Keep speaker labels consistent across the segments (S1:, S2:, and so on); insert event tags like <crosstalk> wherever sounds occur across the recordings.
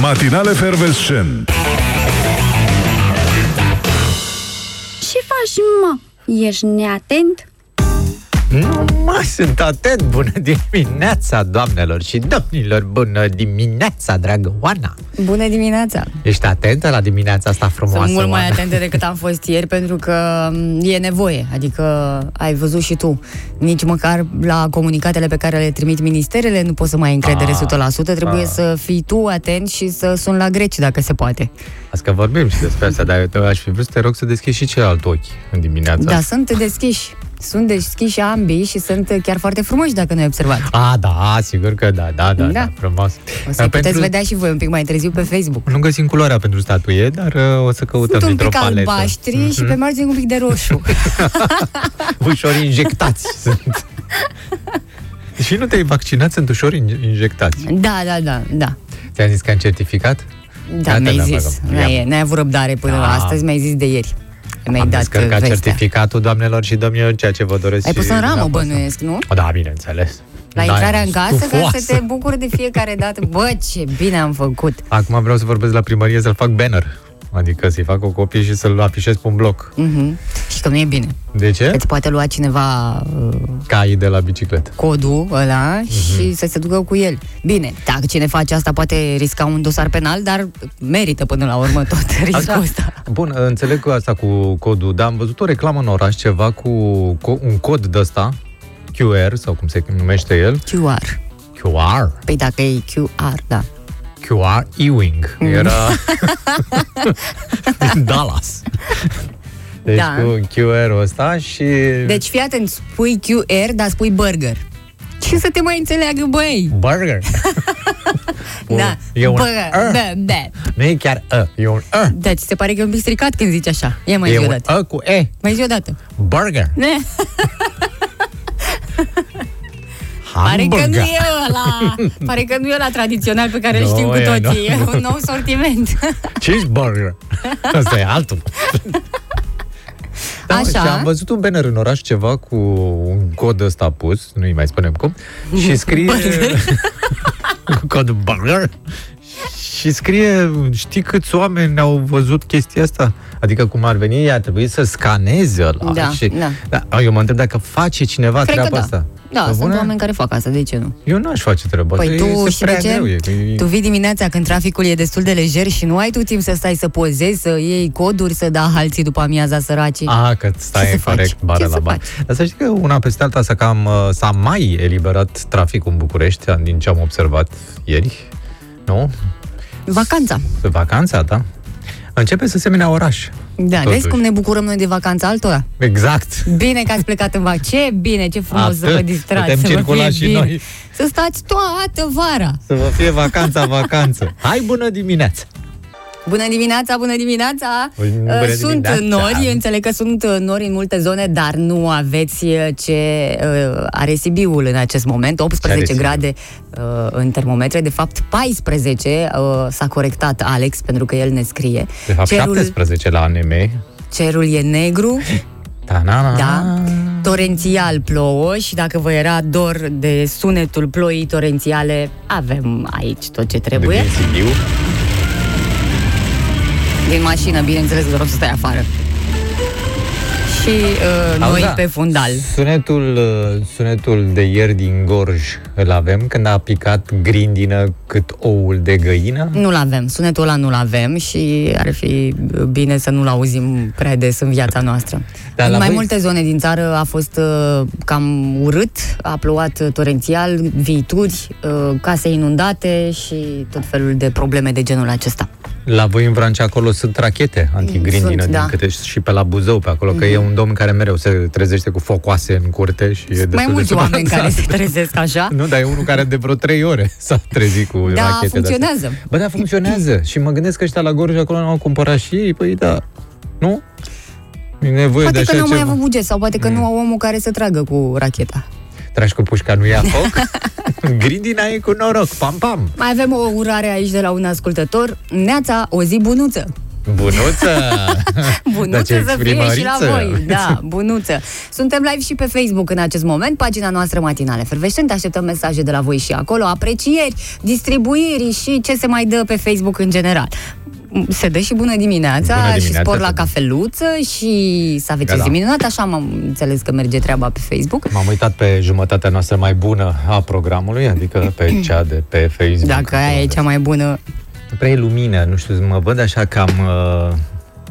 S1: Matinale Fervescen
S2: Ce faci, mă? Ești neatent?
S3: Nu mă sunt atent, bună dimineața, doamnelor și domnilor, bună dimineața, dragă Oana!
S4: Bună dimineața!
S3: Ești atentă la dimineața asta frumoasă,
S4: Sunt mult mai
S3: Oana?
S4: atentă decât am fost ieri pentru că m, e nevoie. Adică ai văzut și tu. Nici măcar la comunicatele pe care le trimit ministerele nu poți să mai ai încredere
S3: Ah,
S4: 100%. Trebuie
S3: ah.
S4: să fii tu atent și să suni la greci dacă se poate.
S3: Azi că vorbim și despre asta, dar eu aș fi vrut să te rog să deschizi și celălalt ochi în dimineața
S4: Da,
S3: asta.
S4: sunt deschiși. Sunt deschiși ambii și sunt chiar foarte frumoși dacă nu ai observat.
S3: A, da, sigur că da, da, da, da,
S4: Da.
S3: da frumos.
S4: O să
S3: Uh,
S4: puteți vedea și voi un pic mai târziu pe Facebook.
S3: Nu găsim culoarea pentru statuie, dar uh, o să căutăm
S4: Sunt un
S3: dintr-o
S4: pic
S3: paletă. Mhm.
S4: albaștri și pe margini un pic de roșu.
S3: <laughs> Ușor injectați
S4: <laughs>
S3: sunt. Și nu te-ai vaccinat, sunt ușor in- injectați.
S4: da, da, da, da.
S3: Ți-am zis că am certificat?
S4: Da,
S3: Gata,
S4: mi-ai
S3: da,
S4: zis.
S3: bagă.
S4: N-ai, n-ai avut răbdare până
S3: Da.
S4: da. astăzi, mi-ai zis de ieri. Mi-ai
S3: Am
S4: dat
S3: descărcat
S4: Da, vestea.
S3: certificatul, doamnelor și domnilor, ceea ce vă doresc
S4: Ai
S3: și
S4: pus în ramă,
S3: dumneavoastră.
S4: bănuiesc, nu?
S3: O, Da, bineînțeles.
S4: La
S3: Da,
S4: intrarea în casă, ca
S3: stufoasă.
S4: să te bucuri de fiecare dată. Bă, ce bine am făcut!
S3: Acum vreau să vorbesc la primărie să-l fac banner. Adică să-i fac o copie și să-l afișez pe un bloc.
S4: Mhm. Și că nu e bine.
S3: De ce?
S4: Îți poate lua cineva uh,
S3: Caii de la bicicletă.
S4: codul ăla
S3: Mhm.
S4: și să se ducă cu el. Bine, dacă cine face asta poate risca un dosar penal, dar merită până la urmă tot riscul ăsta.
S3: Bun, înțeleg că asta cu codul, dar am văzut o reclamă în oraș, ceva cu co- un cod de ăsta, QR, sau cum se numește el,
S4: QR.
S3: QR,
S4: Păi dacă e QR, da.
S3: QR Ewing.
S4: Mm. <laughs>
S3: Era din Dallas. Deci
S4: Da.
S3: cu QR-ul ăsta și...
S4: Deci fii atent, spui QR, dar spui burger. Ce să te mai înțeleagă, băi?
S3: Burger.
S4: <laughs> Da,
S3: E un
S4: burger,
S3: R.
S4: da, da.
S3: Nu e chiar A, e un A.
S4: Da, ți se pare că e un pic stricat când zici așa. Ia mai
S3: e
S4: zi o
S3: un
S4: dată.
S3: A cu E.
S4: Mai zi o dată.
S3: Burger.
S4: Ne, pare
S3: Hamburger.
S4: că nu e
S3: <laughs>
S4: ăla. Pare că nu e ăla tradițional pe care îl
S3: Nu,
S4: știm cu
S3: e,
S4: toții.
S3: nu.
S4: E un nou sortiment.
S3: Cheeseburger. Asta e altul. Da, mă,
S4: Așa.
S3: Și am văzut un banner în oraș ceva cu un cod ăsta pus, nu-i mai spunem cum, și scrie... <laughs> Cu cod burger. Și scrie, știi câți oameni au văzut chestia asta? Adică cum ar veni, ea ar trebui să scaneze ăla.
S4: Da,
S3: și,
S4: da.
S3: da. Eu mă întreb dacă face cineva
S4: <laughs> Cred că
S3: treaba
S4: da.
S3: asta.
S4: Da,
S3: Pe
S4: sunt
S3: bune?
S4: oameni care fac asta, de ce nu?
S3: Eu n-aș face treaba
S4: Păi
S3: asta.
S4: tu
S3: e,
S4: și
S3: prea
S4: de ce?
S3: Greu, e, păi- e,
S4: Tu vii dimineața când traficul e destul de lejer și nu ai tu timp să stai să pozezi, să iei coduri, să da halții după amiaza săracii.
S3: A, Ah, că stai
S4: să
S3: în
S4: faci?
S3: corect, bară
S4: Ce
S3: la
S4: să
S3: bară. Dar să știi că una peste alta s-a, cam, uh, s-a mai eliberat traficul în București, uh, din ce am observat ieri, nu?
S4: Vacanța.
S3: Vacanța, da? Începe să semenea oraș.
S4: Da,
S3: Totuși.
S4: vezi cum ne bucurăm noi de vacanța altora?
S3: Exact.
S4: Bine că ați plecat în vacanță. Ce bine, ce frumos să
S3: Atât.
S4: vă distrați.
S3: Putem
S4: să vă
S3: circula
S4: fie
S3: și
S4: bine.
S3: noi.
S4: Să stați toată vara.
S3: Să vă fie
S4: <laughs>
S3: vacanța, vacanță. Hai, bună dimineața!
S4: Bună dimineața, bună dimineața!
S3: Bună
S4: Uh, sunt
S3: dimineața!
S4: nori, eu înțeleg că sunt uh, nori în multe zone, dar nu aveți uh, ce uh, are Sibiul în acest moment,
S3: Ce are
S4: 18
S3: Sibiu?
S4: grade uh, în termometre, de fapt 14 uh, s-a corectat Alex pentru că el ne scrie.
S3: De fapt,
S4: cerul,
S3: 17 la ANM.
S4: cerul e negru,
S3: Da, na, na.
S4: Da. Torențial plouă și dacă vă era dor de sunetul ploii torențiale, avem aici tot ce
S3: De
S4: trebuie.
S3: din Sibiu.
S4: Din mașină, bineînțeles, că te rog să stai afară. Și uh,
S3: Auzi,
S4: noi
S3: da.
S4: pe fundal.
S3: Sunetul, uh, sunetul de ieri din Gorj îl avem când a picat grindină cât oul de găină.
S4: Nu-l avem, sunetul ăla nu-l avem și ar fi uh, bine să nu-l auzim prea des în viața noastră.
S3: Dar
S4: în
S3: la
S4: mai
S3: voi-
S4: multe zone din țară a fost uh, cam urât, a plouat uh, torențial, viituri, uh, case inundate și tot felul de probleme de genul acesta.
S3: La voi în Vrancea acolo sunt rachete antigrindină
S4: Sunt,
S3: din
S4: da. Mhm.
S3: câte și pe la Buzău pe acolo, că e un domn care mereu se trezește cu focoase în curte și e destul
S4: mai
S3: de
S4: mulți oameni
S3: supărat.
S4: care se trezesc așa.
S3: Nu, dar e unul care de vreo trei ore <laughs> s-a trezit cu
S4: Da,
S3: rachete.
S4: funcționează.
S3: de-astea. Bă, da, funcționează. și mă gândesc că ăștia la Gorj acolo n-au cumpărat și ei, păi da, nu? E nevoie
S4: Poate
S3: de
S4: că
S3: așa
S4: nu au mai
S3: ceva.
S4: avut buget sau poate că nu au omul care să tragă cu racheta.
S3: Tragi cu pușca, nu ia foc? <laughs> Grindina e cu noroc, pam, pam.
S4: Mai avem o urare aici de la un ascultător. Neața, o zi bunuță!
S3: Bunuță! Dar ce
S4: <laughs> Bunuță să fie și la
S3: primăriță!
S4: voi. Da, bunuță. Suntem live și pe Facebook în acest moment, pagina noastră matinale fervescent. Așteptăm mesaje de la voi și acolo, aprecieri, distribuiri și ce se mai dă pe Facebook în general. Se dă și bună dimineața,
S3: Bună
S4: și
S3: dimineața,
S4: spor la
S3: se dă.
S4: cafeluță și să aveți
S3: Da,
S4: da,
S3: da.
S4: da. minunată, așa am înțeles că merge treaba pe Facebook.
S3: M-am uitat pe jumătatea noastră mai bună a programului, adică
S4: <clears throat>
S3: pe cea de pe Facebook.
S4: Dacă aia e cea mai bună,
S3: Prea e lumină, nu știu, mă văd așa cam... Uh,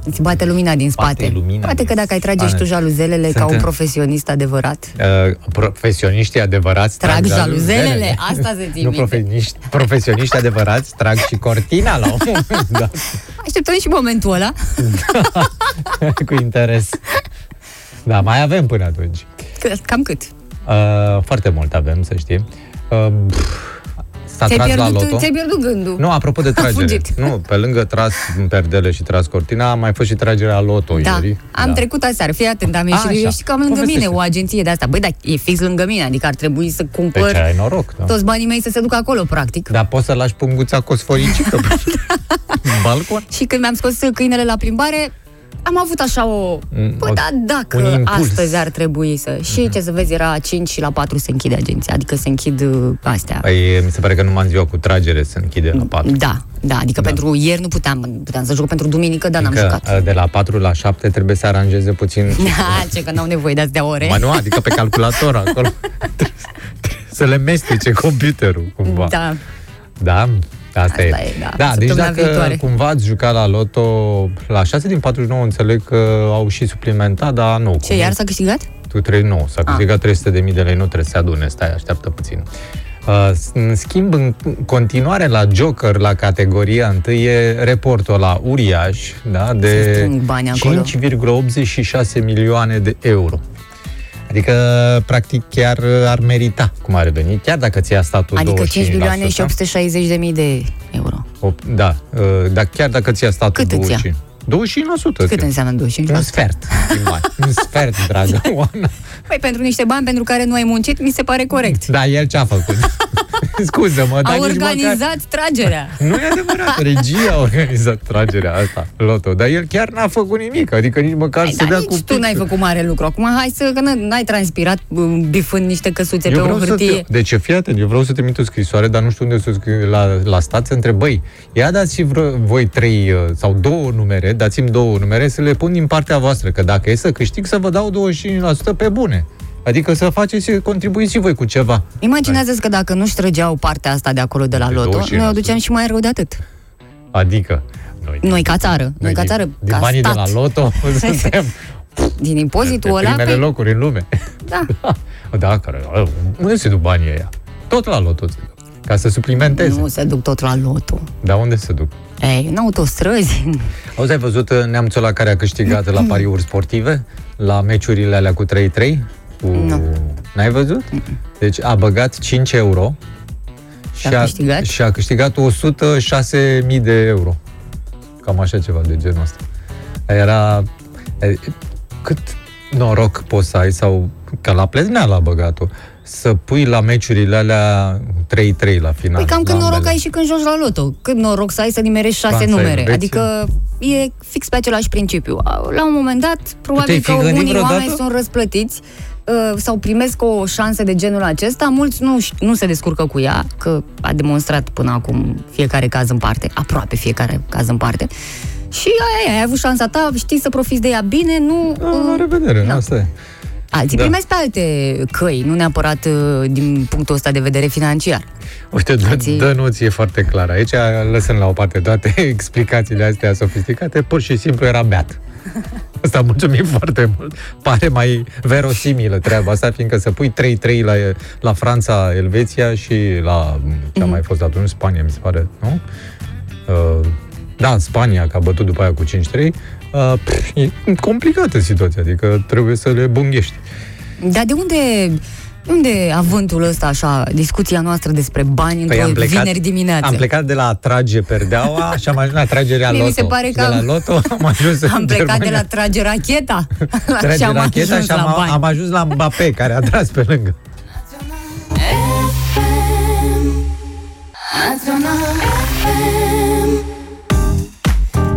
S4: îți bate lumina din
S3: Bate
S4: spate.
S3: lumina
S4: Poate
S3: din
S4: că dacă ai trage și
S3: spate.
S4: tu jaluzelele ca
S3: Suntem-
S4: un profesionist adevărat.
S3: uh, profesioniștii adevărați
S4: Trag
S3: jaluzelele.
S4: jaluzelele, asta se ții
S3: Nu
S4: minte.
S3: profesioniști, profesioniști adevărați trag și cortina la un moment dat, <laughs>
S4: Așteptăm și momentul ăla. <laughs>
S3: cu interes. Da, mai avem până atunci.
S4: Că- Cam cât?
S3: Uh, foarte mult avem, să știi. Uh, pf, s-a
S4: Ți-ai
S3: tras la loto.
S4: pierdut, ți-ai pierdut gândul.
S3: Nu, apropo de tragere.
S4: fugit.
S3: Nu, pe lângă tras în perdele și tras cortina, a mai fost și tragerea loto
S4: Da,
S3: ieri.
S4: am trecut aseară, fii atent, am
S3: A,
S4: ieșit,
S3: așa.
S4: eu știu că am lângă mine
S3: Povestește.
S4: o agenție de asta. Băi, dar e fix lângă mine, adică ar trebui să
S3: Deci
S4: cumpăr
S3: ai noroc, da.
S4: toți banii mei să se ducă acolo, practic.
S3: Dar poți să lași punguța cosforicică pe în balcon?
S4: Și când mi-am scos câinele la plimbare, am avut așa o...
S3: Mm,
S4: Bă,
S3: o-
S4: da,
S3: un
S4: dacă
S3: impuls. Mhm.
S4: astăzi ar trebui să... Și ce să vezi, era 5 și la 4 se închide agenția, adică se închid uh, astea.
S3: Păi, mi se pare că numai în ziua cu tragere se închide la 4.
S4: Da, da, adică pentru ieri nu puteam, puteam să joc pentru duminică, dar n-am
S3: Că
S4: jucat.
S3: uh, de la 4 la 7 trebuie să aranjeze puțin
S4: <laughs> Da, <laughs> ce că n-au nevoie de astea ore.
S3: manual, adică pe calculator acolo. <laughs> Trebuie să le mestece computerul cumva.
S4: Da,
S3: Da? Asta,
S4: Asta
S3: e.
S4: e, da.
S3: da deci
S4: Săptămâna
S3: dacă
S4: viitoare.
S3: cumva ați jucat la loto, la 6 din 49 înțeleg că au și suplimentat, dar nu.
S4: ce,
S3: cum-
S4: iar Ah. s-a câștigat?
S3: Tu trebuie, nu, s-a câștigat 300 de mii de lei, nu trebuie să se adune, stai, așteaptă puțin. Uh, s- În schimb, în continuare la Joker, la categoria 1, e reportul la uriaș, da,
S4: Se
S3: de
S4: strâng bani acolo.
S3: 5,86 milioane de euro. Adică, practic, chiar ar merita cum ar veni, chiar dacă ți-a statul
S4: Adică
S3: 25%.
S4: 5 milioane și 860 de mii de euro.
S3: Op- Da, uh, dar chiar dacă ți-a statul
S4: Cât îți ia?
S3: 25%. 25%.
S4: Cât înseamnă 25?
S3: Un sfert din bani. Un sfert,
S4: <laughs>
S3: dragă Oana.
S4: Păi pentru niște bani pentru care nu ai muncit, mi se pare corect.
S3: Da, el ce-a făcut? <laughs> Scuză-mă, dar
S4: Au
S3: nici măcar...
S4: organizat tragerea.
S3: Nu e adevărat, regia a organizat tragerea asta, Loto. Dar el chiar n-a făcut nimic, adică nici măcar
S4: Hai,
S3: să
S4: Păi dar
S3: dea
S4: nici
S3: cu
S4: tu n-ai
S3: pixul.
S4: făcut mare lucru. Acum hai să, că n- n-ai transpirat m, bifând niște căsuțe
S3: Eu
S4: pe o
S3: vreau să
S4: hârtie.
S3: te... Deci, fii atent, eu vreau să trimit o scrisoare, dar nu știu unde să o scriu la, la stat, să întreb, băi, ia dați și vreo, voi trei uh, sau două numere, dați-mi două numere să le pun din partea voastră, că dacă e să câștig, să vă dau 25% pe bune. Adică să faceți, să contribuiți și voi cu ceva.
S4: Imaginează-ți că dacă nu-și trăgeau partea asta de acolo de la
S3: De da.
S4: loto,
S3: 25%.
S4: noi o duceam și mai rău de atât.
S3: Adică, noi,
S4: Noi ca țară, noi,
S3: noi
S4: ca țară,
S3: din, din
S4: ca
S3: banii
S4: stat,
S3: de la
S4: <laughs>
S3: loto, <laughs> suntem
S4: din
S3: pe
S4: impozitul ăla, păi
S3: primele
S4: pe...
S3: locuri în lume.
S4: da.
S3: <laughs> Da, care, unde se duc banii ăia? Tot la loto se duc. Ca să suplimenteze.
S4: Nu se duc tot la loto.
S3: Dar unde se duc?
S4: Ei, în autostrăzi.
S3: Auzi, ai văzut uh, neamțul ăla care a câștigat la pariuri sportive? La meciurile alea cu 3-3? Cu...
S4: Nu.
S3: N-ai văzut? Deci a băgat 5 euro
S4: Și a câștigat?
S3: și a câștigat 106.000 de euro. Cam așa ceva de genul ăsta. Era... e, Cât noroc poți să ai sau... Că la plezneală a băgat-o. Să pui la meciurile alea 3-3 la final.
S4: Păi cam
S3: la
S4: când noroc
S3: ambele.
S4: ai și când joci la loto. Cât noroc să ai să nimerești șase
S3: Franța,
S4: numere.
S3: Elveția.
S4: Adică e fix pe același principiu. La un moment dat,
S3: te-ai
S4: probabil
S3: fi
S4: că
S3: gândit
S4: unii
S3: vreodată?
S4: oameni sunt răsplătiți uh, sau primesc o șansă de genul acesta, mulți nu, ș- nu se descurcă cu ea, că a demonstrat până acum fiecare caz în parte, aproape fiecare caz în parte. Și aia, e, ai avut șansa ta, știi să profiți de ea bine, nu...
S3: Da, La
S4: uh,
S3: revedere,
S4: da.
S3: asta e.
S4: Alții
S3: Da.
S4: da. primesc pe alte căi, nu neapărat uh, din punctul ăsta de vedere financiar.
S3: Uite, dă,
S4: Alții-
S3: dă noție foarte clară. Aici, lăsând la o parte toate <laughs> explicațiile astea sofisticate, pur și simplu era beat. Asta mulțumim foarte mult. Pare mai verosimilă treaba asta, fiindcă să pui 3-3 la, la Franța, Elveția și la ce a mai fost atunci, Spania, mi se pare, nu? Uh, da, Spania, că a bătut după aia cu 5-3. Uh, pf, e complicată situația, adică trebuie să le bunghești.
S4: Dar de unde, unde avântul ăsta, așa, discuția noastră despre bani
S3: Păi am
S4: într-o
S3: plecat,
S4: vineri dimineață?
S3: Am plecat de la a trage
S4: <laughs>
S3: perdeaua și am ajuns la tragerea
S4: Mie
S3: loto.
S4: mi se pare
S3: Și
S4: că
S3: de la
S4: am-
S3: loto
S4: <laughs>
S3: am ajuns în
S4: am plecat de
S3: Germania.
S4: la trage racheta
S3: <laughs> Trage
S4: și am
S3: racheta
S4: ajuns
S3: și am,
S4: la bani.
S3: am ajuns la Mbappé, care a tras pe lângă.
S1: Național FM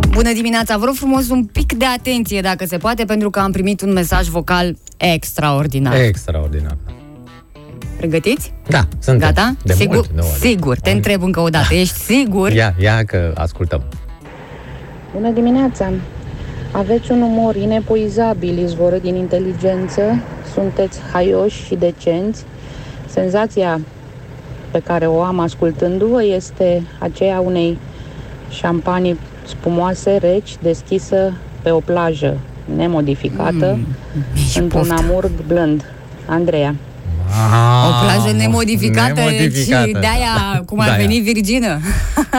S4: Bună dimineața, vă rog frumos un pic de atenție dacă se poate, pentru că am primit un mesaj vocal extraordinar. E.
S3: Extraordinar.
S4: Pregătiți?
S3: Da, sunt.
S4: Gata?
S3: De
S4: sigur,
S3: mult, nu, de-
S4: sigur. Te
S3: Am-
S4: întreb încă o dată. Ești sigur?
S3: Ia, ia că ascultăm.
S1: Bună dimineața! Aveți un umor inepuizabil, izvorât din inteligență, sunteți haioși și decenți. Senzația pe care o am ascultându-vă este aceea unei șampanii spumoase, reci, deschisă pe o plajă nemodificată, mm,
S4: Ești
S1: într-un
S4: poftă.
S1: amor blând. Andreea.
S3: Ah,
S4: O plajă nemodificată, nemodificată. și de-aia cum ar
S3: Da, ia.
S4: veni Virgină. <laughs>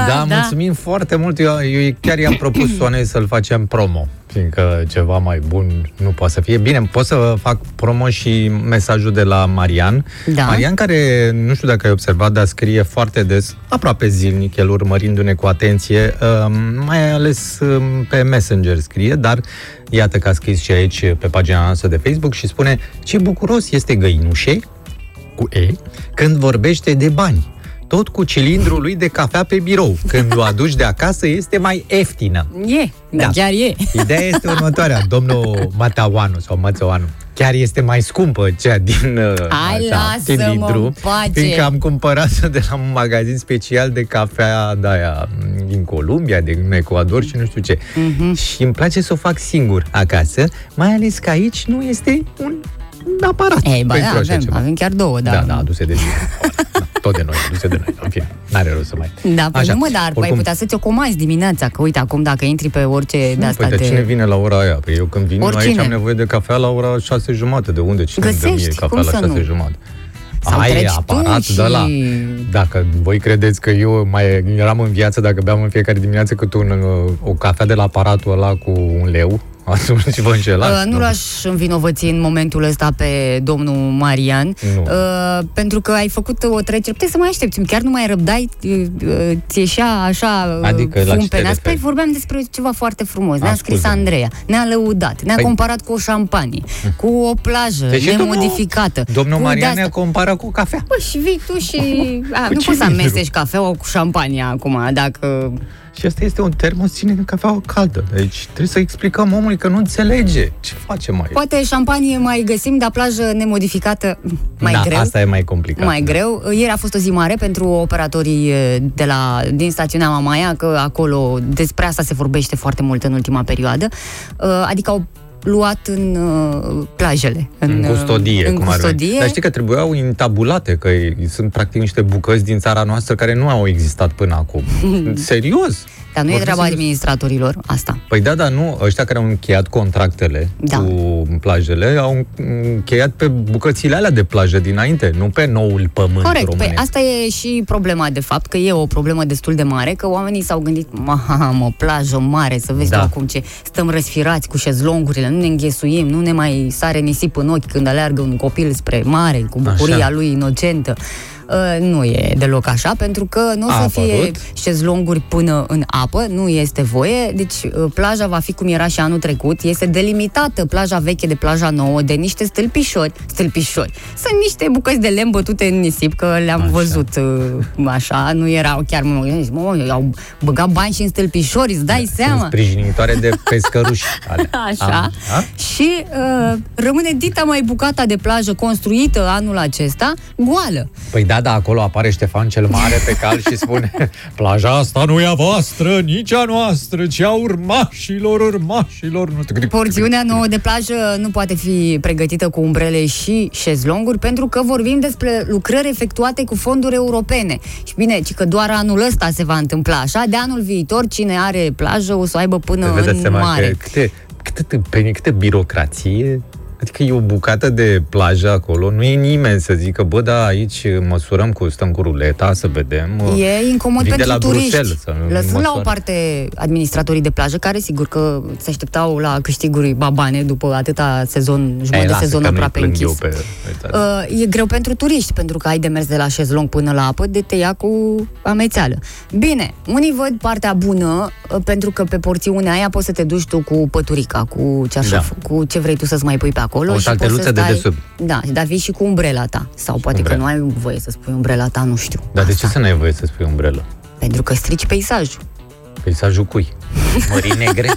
S3: Da, da, mulțumim foarte mult. Eu, eu chiar i-am propus Soanei să-l facem promo, fiindcă ceva mai bun nu poate să fie. Bine, pot să fac promo și mesajul de la Marian.
S4: Da.
S3: Marian, care nu știu dacă ai observat, dar scrie foarte des, aproape zilnic, el urmărindu-ne cu atenție, um, mai ales um, pe Messenger scrie, dar iată că a scris și aici pe pagina noastră de Facebook și spune ce bucuros este găinușe cu E, când vorbește de bani. Tot cu cilindrul lui de cafea pe birou. Când o aduci de acasă, este mai ieftină.
S4: E, da.
S3: Da.
S4: chiar e.
S3: Ideea este următoarea, domnul Matauanu sau Mățăoanu. Chiar este mai scumpă cea din uh,
S4: Hai,
S3: așa,
S4: lasă-mă
S3: cilindru,
S4: în pace.
S3: fiindcă am cumpărat de la un magazin special de cafea de aia din Columbia, din Ecuador și nu știu ce.
S4: Mhm.
S3: Mm-hmm. Și îmi place să o fac singur acasă, mai ales că aici nu este un aparat
S4: Ei, ba, da,
S3: pentru așa
S4: avem,
S3: Păi ceva.
S4: avem chiar două, da.
S3: Da, da, aduse de tine.
S4: <laughs>
S3: Da, tot de noi, aduse de noi. În fine, n-are rost să mai...
S4: Da, păi
S3: Așa,
S4: nu mă, dar Oricum... ai
S3: oricum-
S4: putea să-ți o comanzi dimineața, că uite, acum dacă intri pe orice de asta
S3: Păi,
S4: te...
S3: dar cine vine la ora aia? Păi eu când vin Oricine. aici
S4: Oricine.
S3: am nevoie de cafea la ora șase jumate. De unde? Cine îmi dă mie
S4: Găsești,
S3: cafea
S4: cum
S3: la
S4: să
S3: șase
S4: nu?
S3: jumate?
S4: Sau
S3: Aia e
S4: treci tu
S3: aparat
S4: și-
S3: de la. Dacă voi credeți că eu mai eram în viață dacă beam în fiecare dimineață cât un, uh, o cafea de la aparatul ăla cu un leu, <laughs> atunci vă
S4: Uh,
S3: înșelați.
S4: nu l-aș învinovăți în momentul ăsta pe domnul Marian,
S3: Nu.
S4: Uh, pentru că ai făcut o trecere. Puteai să mai aștepți, chiar nu mai răbdai, uh, uh, ți ieșea așa uh,
S3: Adică la
S4: fum
S3: ce te
S4: pe nas. Păi
S3: referi?
S4: vorbeam despre ceva foarte frumos. Ne-a scris
S3: Ascultă-mă.
S4: Andreea, ne-a lăudat, ne-a
S3: Păi-
S4: comparat cu o șampanie, cu o plajă
S3: Deci și domnul-
S4: nemodificată.
S3: Domnul
S4: cu
S3: Marian
S4: de-asta.
S3: ne compara cu cafea.
S4: Păi și vii tu și...
S3: <laughs>
S4: A,
S3: Cu
S4: nu
S3: ce
S4: poți să
S3: vii tu?
S4: amesteci cafeaua cu șampania acum, dacă...
S3: Și asta este un termos ține de cafea caldă. Deci trebuie să explicăm omului că nu înțelege. Ce facem mai?
S4: Poate șampanie mai găsim, dar plajă nemodificată mai
S3: da,
S4: greu.
S3: asta e mai complicat.
S4: mai
S3: da.
S4: greu. Ieri a fost o zi mare pentru operatorii e, de la, din stațiunea Mamaia, că acolo despre asta se vorbește foarte mult în ultima perioadă. Uh, Adică au luat în uh, plajele.
S3: În
S4: uh,
S3: custodie,
S4: în
S3: cum ar
S4: custodie.
S3: veni. Dar știi că trebuiau intabulate, că e- sunt practic niște bucăți din țara noastră care nu au existat până
S4: <laughs>
S3: acum. Serios!
S4: Dar nu e
S3: Vorbim
S4: treaba
S3: serios.
S4: administratorilor asta.
S3: Păi da, da, nu, ăștia care au încheiat contractele
S4: Da.
S3: cu plajele, au încheiat pe bucățile alea de plajă dinainte, nu pe noul pământ
S4: Corect,
S3: românesc.
S4: păi asta e și problema de fapt, că e o problemă destul de mare, că oamenii s-au gândit, mamă, plajă mare, să vezi
S3: Da.
S4: da. acum ce stăm răsfirați cu șezlongurile, nu ne înghesuim, nu ne mai sare nisip în ochi când aleargă un copil spre mare, cu bucuria
S3: Așa.
S4: lui inocentă. Uh, nu e deloc așa, pentru că nu o
S3: A
S4: să fie
S3: apărut.
S4: șezlonguri până în apă, nu este voie, deci uh, plaja va fi cum era și anul trecut, este delimitată plaja veche de plaja nouă de niște stâlpișori, stâlpișori. Sunt niște bucăți de lemn bătute în nisip, că le-am
S3: Așa.
S4: așa. văzut uh, așa, nu erau chiar, mă, gândesc, mă, au băgat bani și în stâlpișori, îți dai
S3: Da, Sunt
S4: seama.
S3: sprijinitoare
S4: <laughs>
S3: de pescăruși. alea.
S4: Așa.
S3: Am- da?
S4: Și uh, rămâne dita mai bucata de plajă construită anul acesta, goală.
S3: Păi da, da, acolo apare Ștefan cel Mare pe cal și spune <laughs> Plaja asta nu e a voastră, nici a noastră, ci a urmașilor, urmașilor. Nu știu cât-
S4: Porțiunea nouă de plajă nu poate fi pregătită cu umbrele și șezlonguri pentru că vorbim despre lucrări efectuate cu fonduri europene. Și bine, ci că doar anul ăsta se va întâmpla așa, de anul viitor cine are plajă o să o aibă până
S3: Vă dați
S4: în
S3: seama
S4: mare.
S3: că câte, câte, câte, câte birocrație Adică e o bucată de plajă acolo, nu e nimeni să zică, bă, da, aici măsurăm cu, stăm cu ruleta, să vedem. uh,
S4: E incomod
S3: Vin de
S4: pentru
S3: la
S4: turiști.
S3: Bruxelles, să nu
S4: Lăsând la o
S3: măsoară.
S4: parte administratorii de plajă, care sigur că se așteptau la câștiguri babane după atâta sezon, jumătate de
S3: lasă
S4: sezon
S3: că nu-i
S4: aproape
S3: plâng eu
S4: închis.
S3: Pe, pe țară.
S4: Uh, e greu pentru turiști, pentru că ai de mers de la șezlong până la apă, de te ia cu amețeală. Bine, unii văd partea bună, uh, pentru că pe porțiunea aia poți să te duci tu cu păturica, cu ceașaf, da. cu ce vrei tu să-ți mai pui pe acolo.
S3: O
S4: și poți
S3: salteluță
S4: să
S3: de
S4: stai...
S3: desubt.
S4: Da, dar vii și cu umbrela ta. Sau poate
S3: Umbrela. Da.
S4: că nu ai voie să spui umbrela ta, nu știu.
S3: Dar de
S4: Asta.
S3: ce să n-ai voie să spui umbrelă?
S4: Pentru că strici peisajul. <laughs>
S3: Peisajul cui? Mări negre?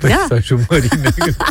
S4: Da.
S3: Păi, și mări negre.
S4: <laughs>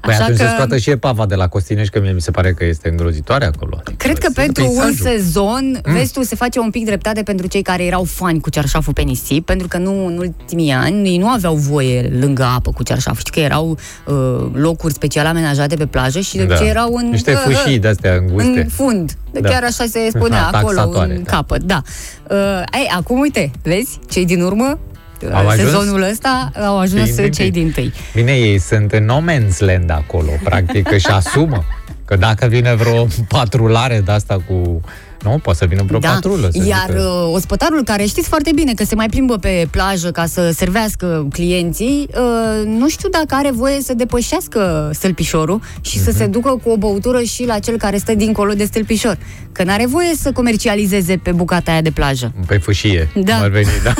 S3: Păi
S4: Așa
S3: atunci că...
S4: că-
S3: să scoată și epava de la Costinești, că mie mi se pare că este îngrozitoare acolo. Adică
S4: Cred că
S3: este
S4: pentru un
S3: peisajul.
S4: sezon, mm. vezi tu, se face un pic dreptate pentru cei care erau fani cu cearșaful pe nisip, pentru că nu în ultimii ani ei nu aveau voie lângă apă cu cearșaful. Știi că erau uh, locuri special amenajate pe plajă și da. ce erau în...
S3: Niște fâșii de-astea înguste.
S4: În fund.
S3: Da.
S4: Da. Chiar așa se
S3: <laughs>
S4: spunea
S3: Da,
S4: acolo,
S3: taxatoare,
S4: în
S3: da.
S4: da. capăt, da. Uh, ei, acum uite, vezi, cei din urmă, uh,
S3: Au ajuns?
S4: sezonul ăsta, au ajuns
S3: Cei din
S4: cei
S3: tâi.
S4: din tâi.
S3: Bine, ei sunt în no man's land acolo, practic,
S4: <laughs>
S3: își asumă. Că dacă vine vreo patrulare de asta cu... Nu, poate să vină vreo patrulă. Să
S4: Da, Iar
S3: zică.
S4: uh, ospătarul care știți foarte bine că se mai plimbă pe plajă ca să servească clienții, uh, nu știu dacă are voie să depășească stâlpișorul și
S3: Mhm.
S4: să se ducă cu o băutură și la cel care stă dincolo de stâlpișor. Că n-are voie să comercializeze pe bucata aia de plajă.
S3: Pe "Păi, fâșie.
S4: Da.
S3: cum Ar veni,
S4: <laughs>
S3: da.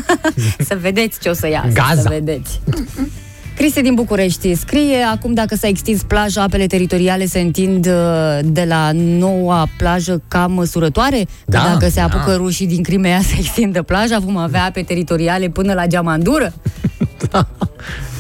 S4: Să vedeți ce o să iasă.
S3: Gaza.
S4: Să vedeți. Criste din București scrie, acum dacă s-a extins plaja, apele teritoriale se întind uh, de la noua plajă ca măsurătoare?
S3: Da,
S4: că dacă se
S3: da.
S4: apucă rușii din Crimea să extindă plaja, vom avea ape teritoriale până la geamandură?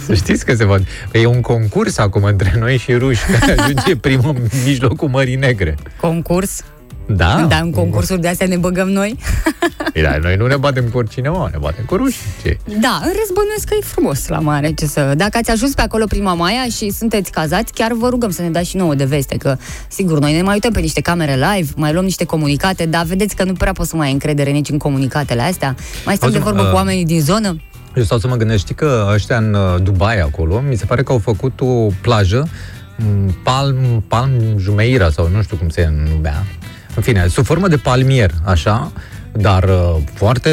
S3: Să știți că se văd. Păi e un concurs acum între noi și ruși, <laughs> care ajunge primul în mijlocul Mării Negre.
S4: Concurs?
S3: Da?
S4: Ah, da, în concursuri de astea ne băgăm noi? <laughs>
S3: Ei, Da, noi nu ne batem cu oricine, mă, ne batem cu ruși. Ce?
S4: Da, în rest bănuiesc că e frumos la mare ce să... Dacă ați ajuns pe acolo prima maia și sunteți cazați, chiar vă rugăm să ne dați și nouă de veste, că sigur, noi ne mai uităm pe niște camere live, mai luăm niște comunicate, dar vedeți că nu prea pot să mai ai încredere nici în comunicatele astea. Mai stăm de
S3: Auzi-mă,
S4: vorbă
S3: uh,
S4: cu oamenii din zonă.
S3: Eu stau să mă gândesc, știi că ăștia în uh, Dubai acolo, mi se pare că au făcut o plajă, m, Palm, Palm Jumeira sau nu știu cum se numea, în fine, sub formă de palmier, așa, dar uh, foarte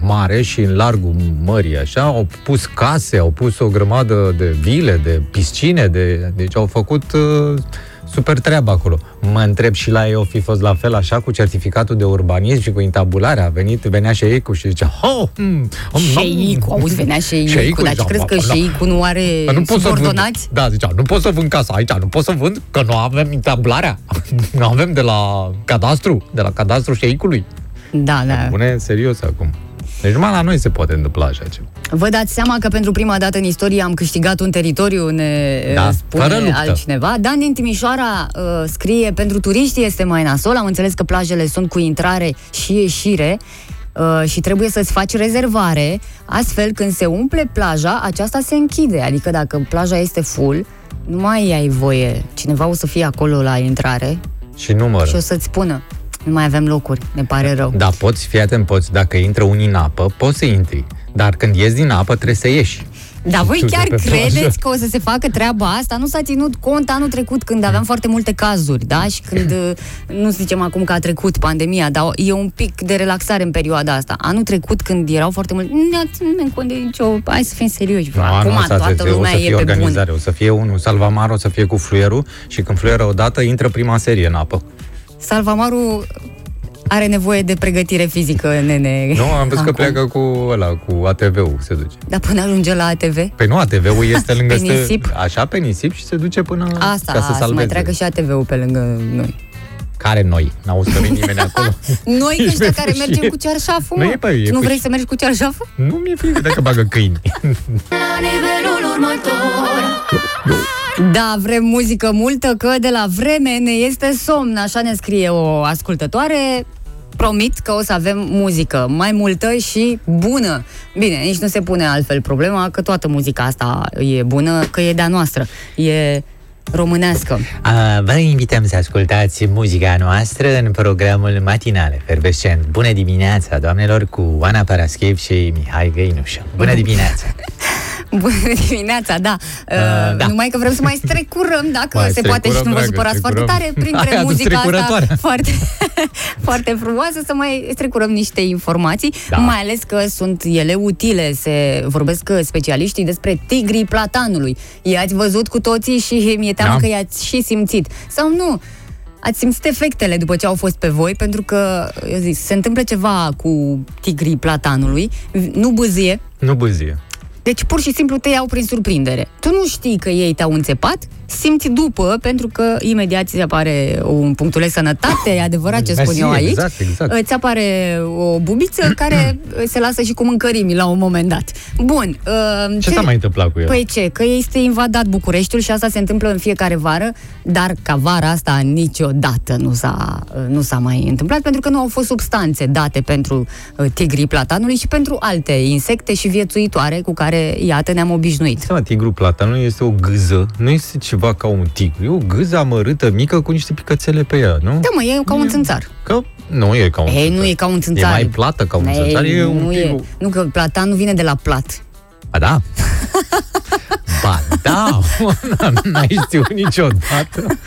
S3: mare și în largul mării, așa, au pus case, au pus o grămadă de vile, de piscine, de, deci au făcut uh, super treabă acolo. Mă întreb și la ei o fi fost la fel așa cu certificatul de urbanism și cu intabularea. A venit, venea și ei cu și zicea, ho, mm, om,
S4: Șeicu, auzi, venea Șeicu, dar ce crezi că Șeicu nu are
S3: da. Dar nu pot să vând.
S4: subordonați?
S3: Da, zicea, nu pot să vând casa aici, nu pot să vând, că nu avem intablarea. <laughs> nu avem de la cadastru, de la cadastru șeicului.
S4: Da, da.
S3: Bune, serios acum. Deci numai la noi se poate întâmpla așa ceva.
S4: Vă dați seama că pentru prima dată în istorie am câștigat un teritoriu, ne
S3: Da,
S4: da, spune
S3: fără luptă.
S4: altcineva. Dan din Timișoara uh, scrie, pentru turiști este mai nasol, am înțeles că plajele sunt cu intrare și ieșire uh, și trebuie să-ți faci rezervare, astfel când se umple plaja, aceasta se închide, adică dacă plaja este full, nu mai ai voie, cineva o să fie acolo la intrare
S3: Și numără.
S4: și o să-ți spună, nu mai avem locuri, ne pare rău.
S3: Da, poți, fii atent, poți, dacă intră unii în apă, poți să intri. Dar când ies din apă, trebuie să ieși.
S4: Dar voi
S3: Sus de
S4: chiar
S3: pe plajă.
S4: credeți că o să se facă treaba asta? Nu s-a ținut cont anul trecut când aveam foarte multe cazuri, da? Și
S3: <clears throat>
S4: când, uh, nu zicem acum că a trecut pandemia, dar e un pic de relaxare în perioada asta. Anul trecut când erau foarte multe, nu ne-a ținut cont de nicio... Hai să fim serioși, bă.
S3: Nu,
S4: acum
S3: anul ăsta
S4: toată
S3: se- o
S4: lumea
S3: să fie
S4: e pe bun.
S3: organizare, o să fie unul salvamar, o să fie cu fluierul și când fluieră odată, intră prima serie în apă.
S4: Salvamaru are nevoie de pregătire fizică, nene.
S3: Nu, am văzut că
S4: Acum.
S3: pleacă cu ăla, cu ATV-ul se duce.
S4: Dar până ajunge la ATV?
S3: Păi nu, ATV-ul este lângă...
S4: Pe
S3: stă-
S4: nisip.
S3: Așa, pe nisip și se duce până
S4: Asta,
S3: ca să
S4: să mai
S3: salveze.
S4: treacă și ATV-ul pe lângă
S3: <laughs>
S4: noi.
S3: Care noi? N-au sărit nimeni
S4: <laughs>
S3: acolo.
S4: Noi
S3: Ești
S4: ăștia
S3: pe
S4: care
S3: fâșie.
S4: mergem cu cearșaful,
S3: Nu
S4: mă.
S3: e, bă, e
S4: Nu vrei
S3: fâșie.
S4: să mergi cu cearșaful?
S3: nu mi-e frică dacă bagă <laughs> câini.
S4: Da, vrem muzică multă, că de la vreme ne este somn, așa ne scrie o ascultătoare. Promit că o să avem muzică mai multă și bună. Bine, nici nu se pune altfel problema că toată muzica asta e bună, că e de-a noastră, e românească.
S3: A, Uh, vă invităm să ascultați muzica noastră în programul matinal Fervescent. Bună dimineața, doamnelor, cu Oana Paraschiv și Mihai Găinuș. Bună dimineața!
S4: <laughs> Bună dimineața, da. Uh,
S3: da.
S4: da. Numai că vrem să mai
S3: <laughs>
S4: strecurăm, dacă
S3: Mai
S4: se poate și
S3: strecurăm, dragă,
S4: nu vă supărați foarte
S3: strecurăm.
S4: tare, printre
S3: Ai adus
S4: muzica asta
S3: strecurătoarea.
S4: <laughs> foarte, foarte frumoasă, să mai strecurăm niște informații,
S3: Da.
S4: da. mai ales că sunt ele utile. Se vorbesc uh, specialiștii despre tigrii platanului. I-ați văzut cu toții și mi-e teamă
S3: Da.
S4: da. că i-ați și simțit. Sau nu? Ați simțit efectele după ce au fost pe voi, pentru că eu zic, se întâmplă ceva cu tigrii platanului, nu bâzie,
S3: Nu bâzie.
S4: deci pur și simplu te iau prin surprindere. Tu nu știi că ei te-au înțepat simți după, pentru că imediat ți apare un punctuleț sănătate, e adevărat ce spun
S3: Mersi,
S4: eu aici.
S3: exact, exact.
S4: Îți apare o bubiță care se lasă și cu mâncărimi la un moment dat. Bun. uh,
S3: Ce s-a mai întâmplat cu el?
S4: Păi ce, că este invadat Bucureștiul și asta se întâmplă în fiecare vară, dar ca vara asta niciodată nu s-a, nu s-a mai întâmplat, pentru că nu au fost substanțe date pentru uh, tigrii platanului și pentru alte insecte și viețuitoare cu care, iată, ne-am obișnuit.
S3: Seama, tigru platanului este o gâză, nu este ceva ca un tigru, e o gâză amărâtă, mică, cu niște picățele pe ea, nu?
S4: Da, mă, e ca un țânțar.
S3: Că nu Mm. e ca un
S4: Ei, nu
S3: țânțar.
S4: e ca un țânțar.
S3: E mai plată ca un
S4: Ei,
S3: țânțar, e un
S4: nu,
S3: tigru.
S4: nu, că platanul vine de la plat.
S3: Ba
S4: <laughs>
S3: da? ba da! <laughs> N- N-ai știut niciodată.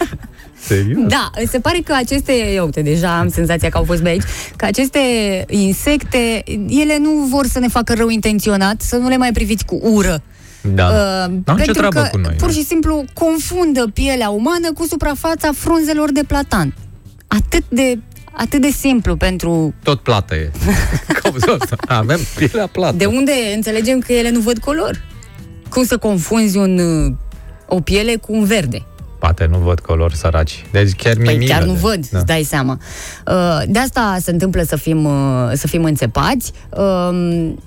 S3: Serios?
S4: Da, se pare că aceste, eu uite, deja am senzația că au fost pe aici, că aceste insecte, ele nu vor să ne facă rău intenționat, să nu le mai priviți cu ură.
S3: Da.
S4: Uh,
S3: N-au nicio
S4: pentru
S3: treabă
S4: că
S3: cu noi. da.
S4: pur și simplu confundă pielea umană cu suprafața frunzelor de platan. Atât de, atât de simplu pentru...
S3: Tot plată
S4: <laughs>
S3: e. Cauza asta. Avem pielea plată.
S4: De unde înțelegem că ele nu văd color? Cum să confunzi un, uh, o piele cu un verde?
S3: Poate nu văd color săraci. Deci chiar mi-e
S4: Păi
S3: milă
S4: chiar nu
S3: de-
S4: văd, da.
S3: Da.
S4: îți dai seama. Uh, De asta se întâmplă să fim, uh, să fim înțepați. Um,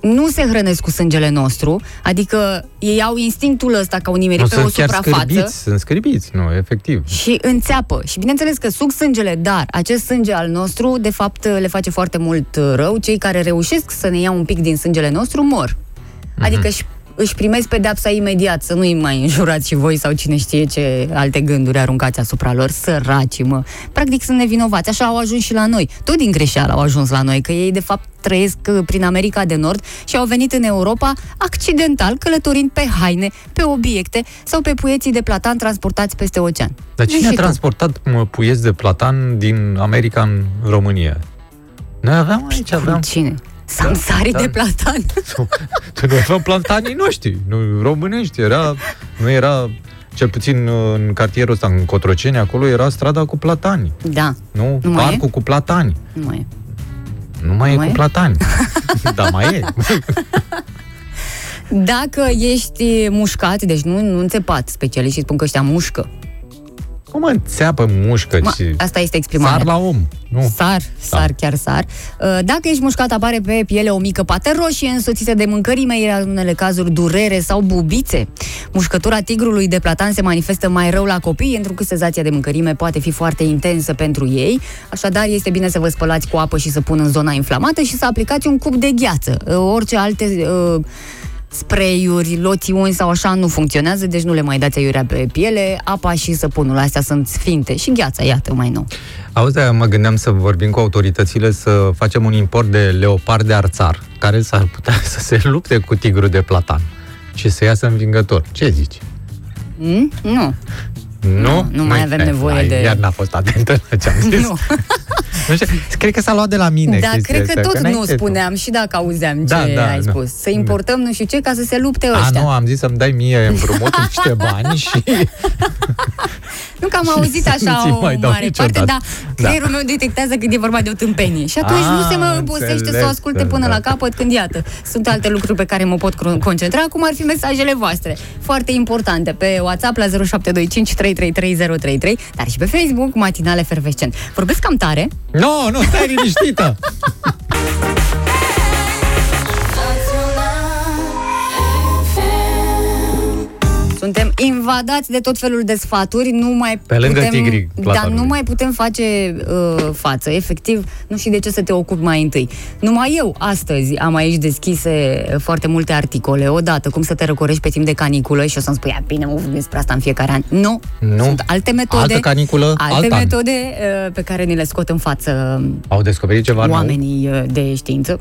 S4: Nu se hrănesc cu sângele nostru, adică ei au instinctul ăsta ca un imeri
S3: Nu
S4: pe o
S3: sunt chiar
S4: suprafață
S3: scârbiți, sunt scârbiți, nu, efectiv.
S4: și înțeapă. Și bineînțeles că suc sângele, dar acest sânge al nostru, de fapt, le face foarte mult uh, rău. Cei care reușesc să ne ia un pic din sângele nostru mor. Adică își, își primesc pedepsa imediat, să nu-i mai înjurați și voi sau cine știe ce alte gânduri aruncați asupra lor, săraci, mă. Practic sunt nevinovați, așa au ajuns și la noi. Tot din greșeală au ajuns la noi, că ei de fapt trăiesc uh, prin America de Nord și au venit în Europa accidental, călătorind pe haine, pe obiecte sau pe puieții de platan transportați peste ocean.
S3: Dar
S4: Zici
S3: cine a
S4: și tu.
S3: transportat mă, puieți de platan din America în România? Noi aveam aici,
S4: Cum
S3: aveam...
S4: cine? Samsarii
S3: da.
S4: de platan. <laughs>
S3: Noi aveam plantanii noștri, nu, românești. Era, nu era, cel puțin uh, în cartierul ăsta, în Cotroceni, acolo era strada cu platani.
S4: Da,
S3: Nu?
S4: Nu mai
S3: Parcul cu platani.
S4: nu mai e.
S3: Nu mai
S4: Nu
S3: e
S4: mai
S3: cu
S4: e? <laughs>
S3: platani. da, mai e.
S4: Dacă ești mușcat, deci nu, nu înțepat, specialiștii spun că ăștia mușcă.
S3: Cum înțeapă mușcă
S4: Ma,
S3: și...
S4: asta este exprimarea.
S3: Sar la om. Nu.
S4: Sar, sar, chiar sar. Uh, Dacă ești mușcat, apare pe piele o mică pată roșie însoțită de mâncărime, iar în unele cazuri durere sau bubițe. Mușcătura tigrului de platan se manifestă mai rău la copii, pentru că senzația de mâncărime poate fi foarte intensă pentru ei. Așadar, este bine să vă spălați cu apă și să pun în zona inflamată și să aplicați un cup de gheață. Uh, Orice alte uh, spray-uri, loțiuni sau așa nu funcționează, deci nu le mai dați aiurea pe piele, apa și săpunul astea sunt sfinte și gheața, iată, mai nou.
S3: Auzi, de-aia mă gândeam să vorbim cu autoritățile să facem un import de leopard de arțar, care s-ar putea să se lupte cu tigrul de platan și să iasă învingător. Ce zici?
S4: Mm? Nu.
S3: Nu?
S4: nu mai avem
S3: Ai,
S4: nevoie
S3: ai,
S4: de-
S3: Iar n-a fost atentă la ce am zis.
S4: <laughs> Nu.
S3: nu știu, cred că s-a luat de la mine.
S4: Da,
S3: chestia
S4: cred
S3: asta,
S4: că tot
S3: n-ai
S4: nu
S3: crezut.
S4: spuneam și dacă auzeam ce
S3: Da, da,
S4: ai
S3: da.
S4: spus. Să importăm nu știu ce ca să se lupte
S3: A,
S4: ăștia.
S3: nu, am zis să-mi dai mie împrumut <laughs> niște bani
S4: <laughs>
S3: și...
S4: Nu că am auzit
S3: Să <laughs> nu ți
S4: așa o
S3: mai
S4: mare
S3: dau
S4: parte,
S3: niciodată.
S4: dar
S3: Da.
S4: creierul meu detectează când e vorba de o tâmpenie. Și atunci
S3: Ah,
S4: nu se mai obosește să o
S3: înțeles,
S4: asculte până
S3: da.
S4: la capăt când, iată, sunt alte lucruri pe care mă pot cru- concentra, cum ar fi mesajele voastre. Foarte importante. Pe WhatsApp la 0725 333033, dar și pe Facebook, Matinale Fervescent. Vorbesc cam tare?
S3: Nu, nu, stai liniștită!
S4: Suntem invadați de tot felul de sfaturi, nu mai
S3: Pe lângă
S4: putem,
S3: tigrii
S4: dar
S3: platanului.
S4: nu mai putem face uh, față. Efectiv, nu știi de ce să te ocupi mai întâi. Numai eu astăzi am aici deschise foarte multe articole. Odată, cum să te răcorești pe timp de caniculă și o să-mi spui, "Ia, bine, mă vorbim despre asta în fiecare an. Nu,
S3: Nu.
S4: sunt alte metode.
S3: Altă caniculă,
S4: alte
S3: alt an.
S4: metode uh, pe care ni le scot în față
S3: Au descoperit ceva nou?
S4: oamenii uh, de știință.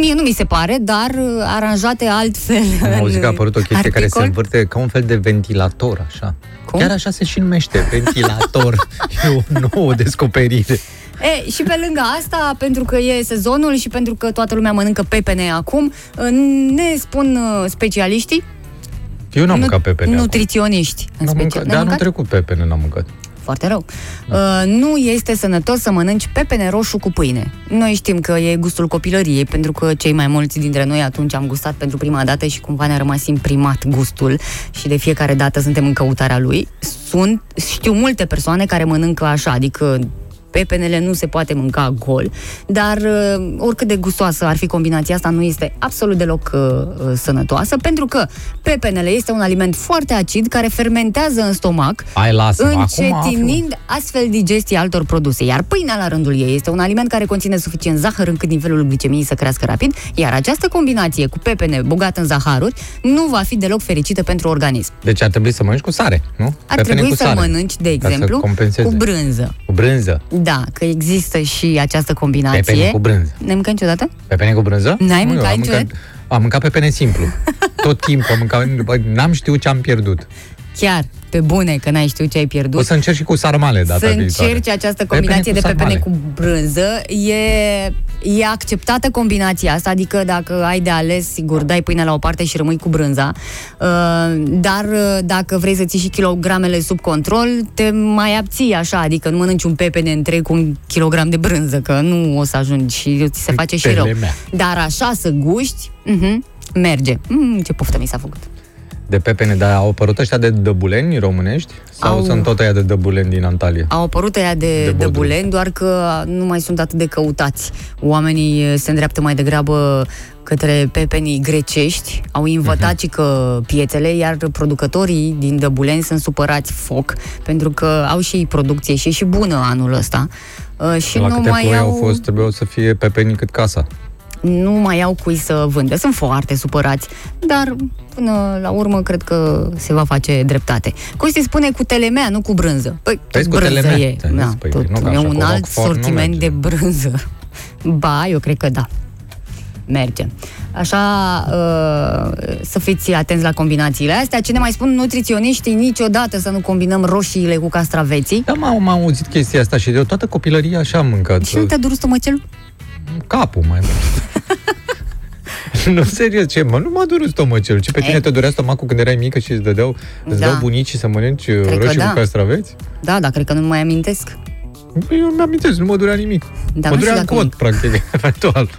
S4: Mie nu mi se pare, dar uh, aranjate altfel.
S3: Am
S4: în
S3: auzit că a apărut o chestie
S4: articol.
S3: care se învârte ca un fel de ventilator, așa.
S4: Cum?
S3: Chiar așa se și numește,
S4: <laughs>
S3: ventilator. e o nouă descoperire.
S4: E, și pe lângă asta, pentru că e sezonul și pentru că toată lumea mănâncă pepene acum, ne spun uh, specialiștii,
S3: Eu n-am mâncat
S4: nu-
S3: pepene acum.
S4: nutriționiști în
S3: N-am
S4: special.
S3: mâncat,
S4: N-ai
S3: da, nu
S4: mâncat?
S3: trecut pepene, n-am mâncat.
S4: foarte rău. Uh, nu este sănătos să mănânci pepene roșu cu pâine. Noi știm că e gustul copilăriei, pentru că cei mai mulți dintre noi atunci am gustat pentru prima dată și cumva ne-a rămas imprimat gustul și de fiecare dată suntem în căutarea lui. Sunt, știu multe persoane care mănâncă așa, adică pepenele nu se poate mânca gol, dar uh, oricât de gustoasă ar fi combinația asta, nu este absolut deloc uh, uh, sănătoasă, pentru că pepenele este un aliment foarte acid care fermentează în stomac,
S3: Hai, lasă-mă, acum
S4: încetinind astfel digestia altor produse. Iar pâinea la rândul ei este un aliment care conține suficient zahăr încât nivelul glicemiei să crească rapid, iar această combinație cu pepene bogat în zaharuri nu va fi deloc fericită pentru organism.
S3: Deci ar trebui să mănânci cu sare, nu?
S4: Ar
S3: Pepene
S4: trebui
S3: cu
S4: să
S3: sare.
S4: mănânci,
S3: Ca
S4: de
S3: să
S4: exemplu,
S3: compenseze.
S4: cu brânză.
S3: Cu brânză.
S4: Da, că există și această combinație.
S3: Pepene cu brânză.
S4: Ne mâncăm niciodată?
S3: Pepene cu brânză?
S4: N-ai
S3: Nu, eu
S4: mâncat
S3: am mâncat,
S4: niciodată?
S3: am mâncat pepene
S4: <laughs>
S3: simplu. Tot timpul am mâncat, bă, n-am știut ce am pierdut.
S4: Chiar, pe bune, că n-ai știut ce ai
S3: O
S4: pierdut.
S3: să încerc și cu sarmale data
S4: să
S3: viitoare.
S4: încerci această combinație de pepene cu brânză. E, e acceptată combinația asta, adică dacă ai de ales, sigur, dai pâine la o parte și rămâi cu brânza. Uh, Dar uh, dacă vrei să ții și kilogramele sub control, te mai abții așa, adică nu mănânci un pepene întreg cu un kilogram de brânză, că nu o să ajungi și ți se face și
S3: Pele
S4: rău.
S3: mea.
S4: Dar așa să guști, uh-huh, merge. Mm, ce poftă mi s-a făcut.
S3: De pepene, dar au apărut ăștia de dăbuleni românești? Sau
S4: Au.
S3: sunt tot aia de dăbuleni din Antalya?
S4: Au apărut aia
S3: De
S4: de, de
S3: Bodrum.
S4: bulen, doar că nu mai sunt atât de căutați. Oamenii eh, se îndreaptă mai degrabă către pepenii grecești, au invadat
S3: Mhm.
S4: și că piețele, iar producătorii din Dăbuleni sunt supărați foc, pentru că au și ei producție și e și bună anul ăsta. Eh, Și
S3: La
S4: nu
S3: câte
S4: mai
S3: ploi
S4: au,
S3: au fost, trebuiau să fie pepeni cât casa.
S4: nu mai au cui să vândă. Sunt foarte supărați, dar până la urmă cred că se va face dreptate. Costi spune cu telemea, nu cu brânză. Păi, tot
S3: Vezi, cu
S4: brânză
S3: telemea.
S4: e.
S3: Ți-am zis,
S4: Da,
S3: păi,
S4: tot,
S3: nu, că
S4: e
S3: așa,
S4: un
S3: cu
S4: alt
S3: Roquefort nu
S4: sortiment
S3: merge.
S4: de brânză. Ba, eu cred că da. Merge. Așa, uh, să fiți atenți la combinațiile astea. Ce ne mai spun nutriționiștii, niciodată să nu combinăm roșiile cu castraveții.
S3: Da, m-am am auzit chestia asta și de toată copilăria așa am mâncat.
S4: Și nu te-a durut stomacelul?
S3: Capul mai <laughs> mult. nu, serios, ce, mă, nu m-a durut stomacul. Ce pe tine
S4: E.
S3: te durea stomacul când erai mică și îți dădeau, îți
S4: Da.
S3: dau bunicii să mănânci uh,
S4: că
S3: roșii
S4: da.
S3: cu castraveți?
S4: Da, dar cred că nu mai amintesc.
S3: Bă, Eu mi amintesc, nu mă durea nimic.
S4: Dar
S3: mă
S4: nu știu
S3: durea în
S4: dacă
S3: cot,
S4: mic.
S3: practic, <laughs> eventual.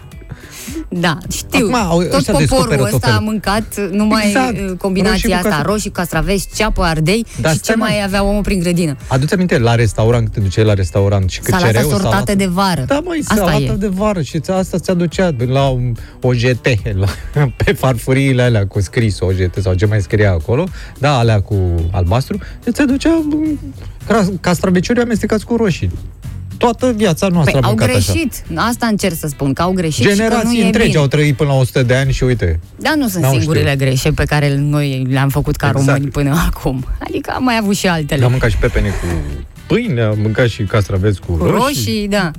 S4: Da, știu.
S3: Acum, au-
S4: Tot
S3: ăștia descoperă
S4: poporul
S3: tot
S4: ăsta
S3: felul.
S4: a mâncat numai
S3: Exact.
S4: exact. combinația
S3: Roșii cu
S4: roșii asta,
S3: castra-
S4: roșii, castraveți, ceapă, ardei
S3: Dar
S4: și ce
S3: stai, mă.
S4: mai avea omul prin grădină.
S3: Adu-ți aminte la restaurant, când te duceai la restaurant și cât
S4: salata
S3: cereau
S4: sortată
S3: salată.
S4: de vară.
S3: Da, măi,
S4: Asta
S3: salata
S4: e.
S3: de vară și ți- asta ți aducea la un OJT, <laughs> la, pe farfuriile alea cu scris OJT sau ce mai scria acolo, da, alea cu albastru, ți aducea m, cras- castraveciuri amestecați cu roșii. Toată viața noastră
S4: Păi
S3: am
S4: au
S3: mâncat așa.
S4: greșit. Asta încerc să spun, că au greșit și că
S3: Generații
S4: nu e
S3: întregi
S4: bine.
S3: au trăit până la 100 de ani și uite.
S4: Da, nu sunt
S3: N-au
S4: singurile greșeli pe care noi le-am făcut ca
S3: Exact.
S4: români până acum. Adică am mai avut și altele.
S3: Am mâncat și pepene cu pâine, am mâncat și castraveți cu,
S4: Cu roșii, da.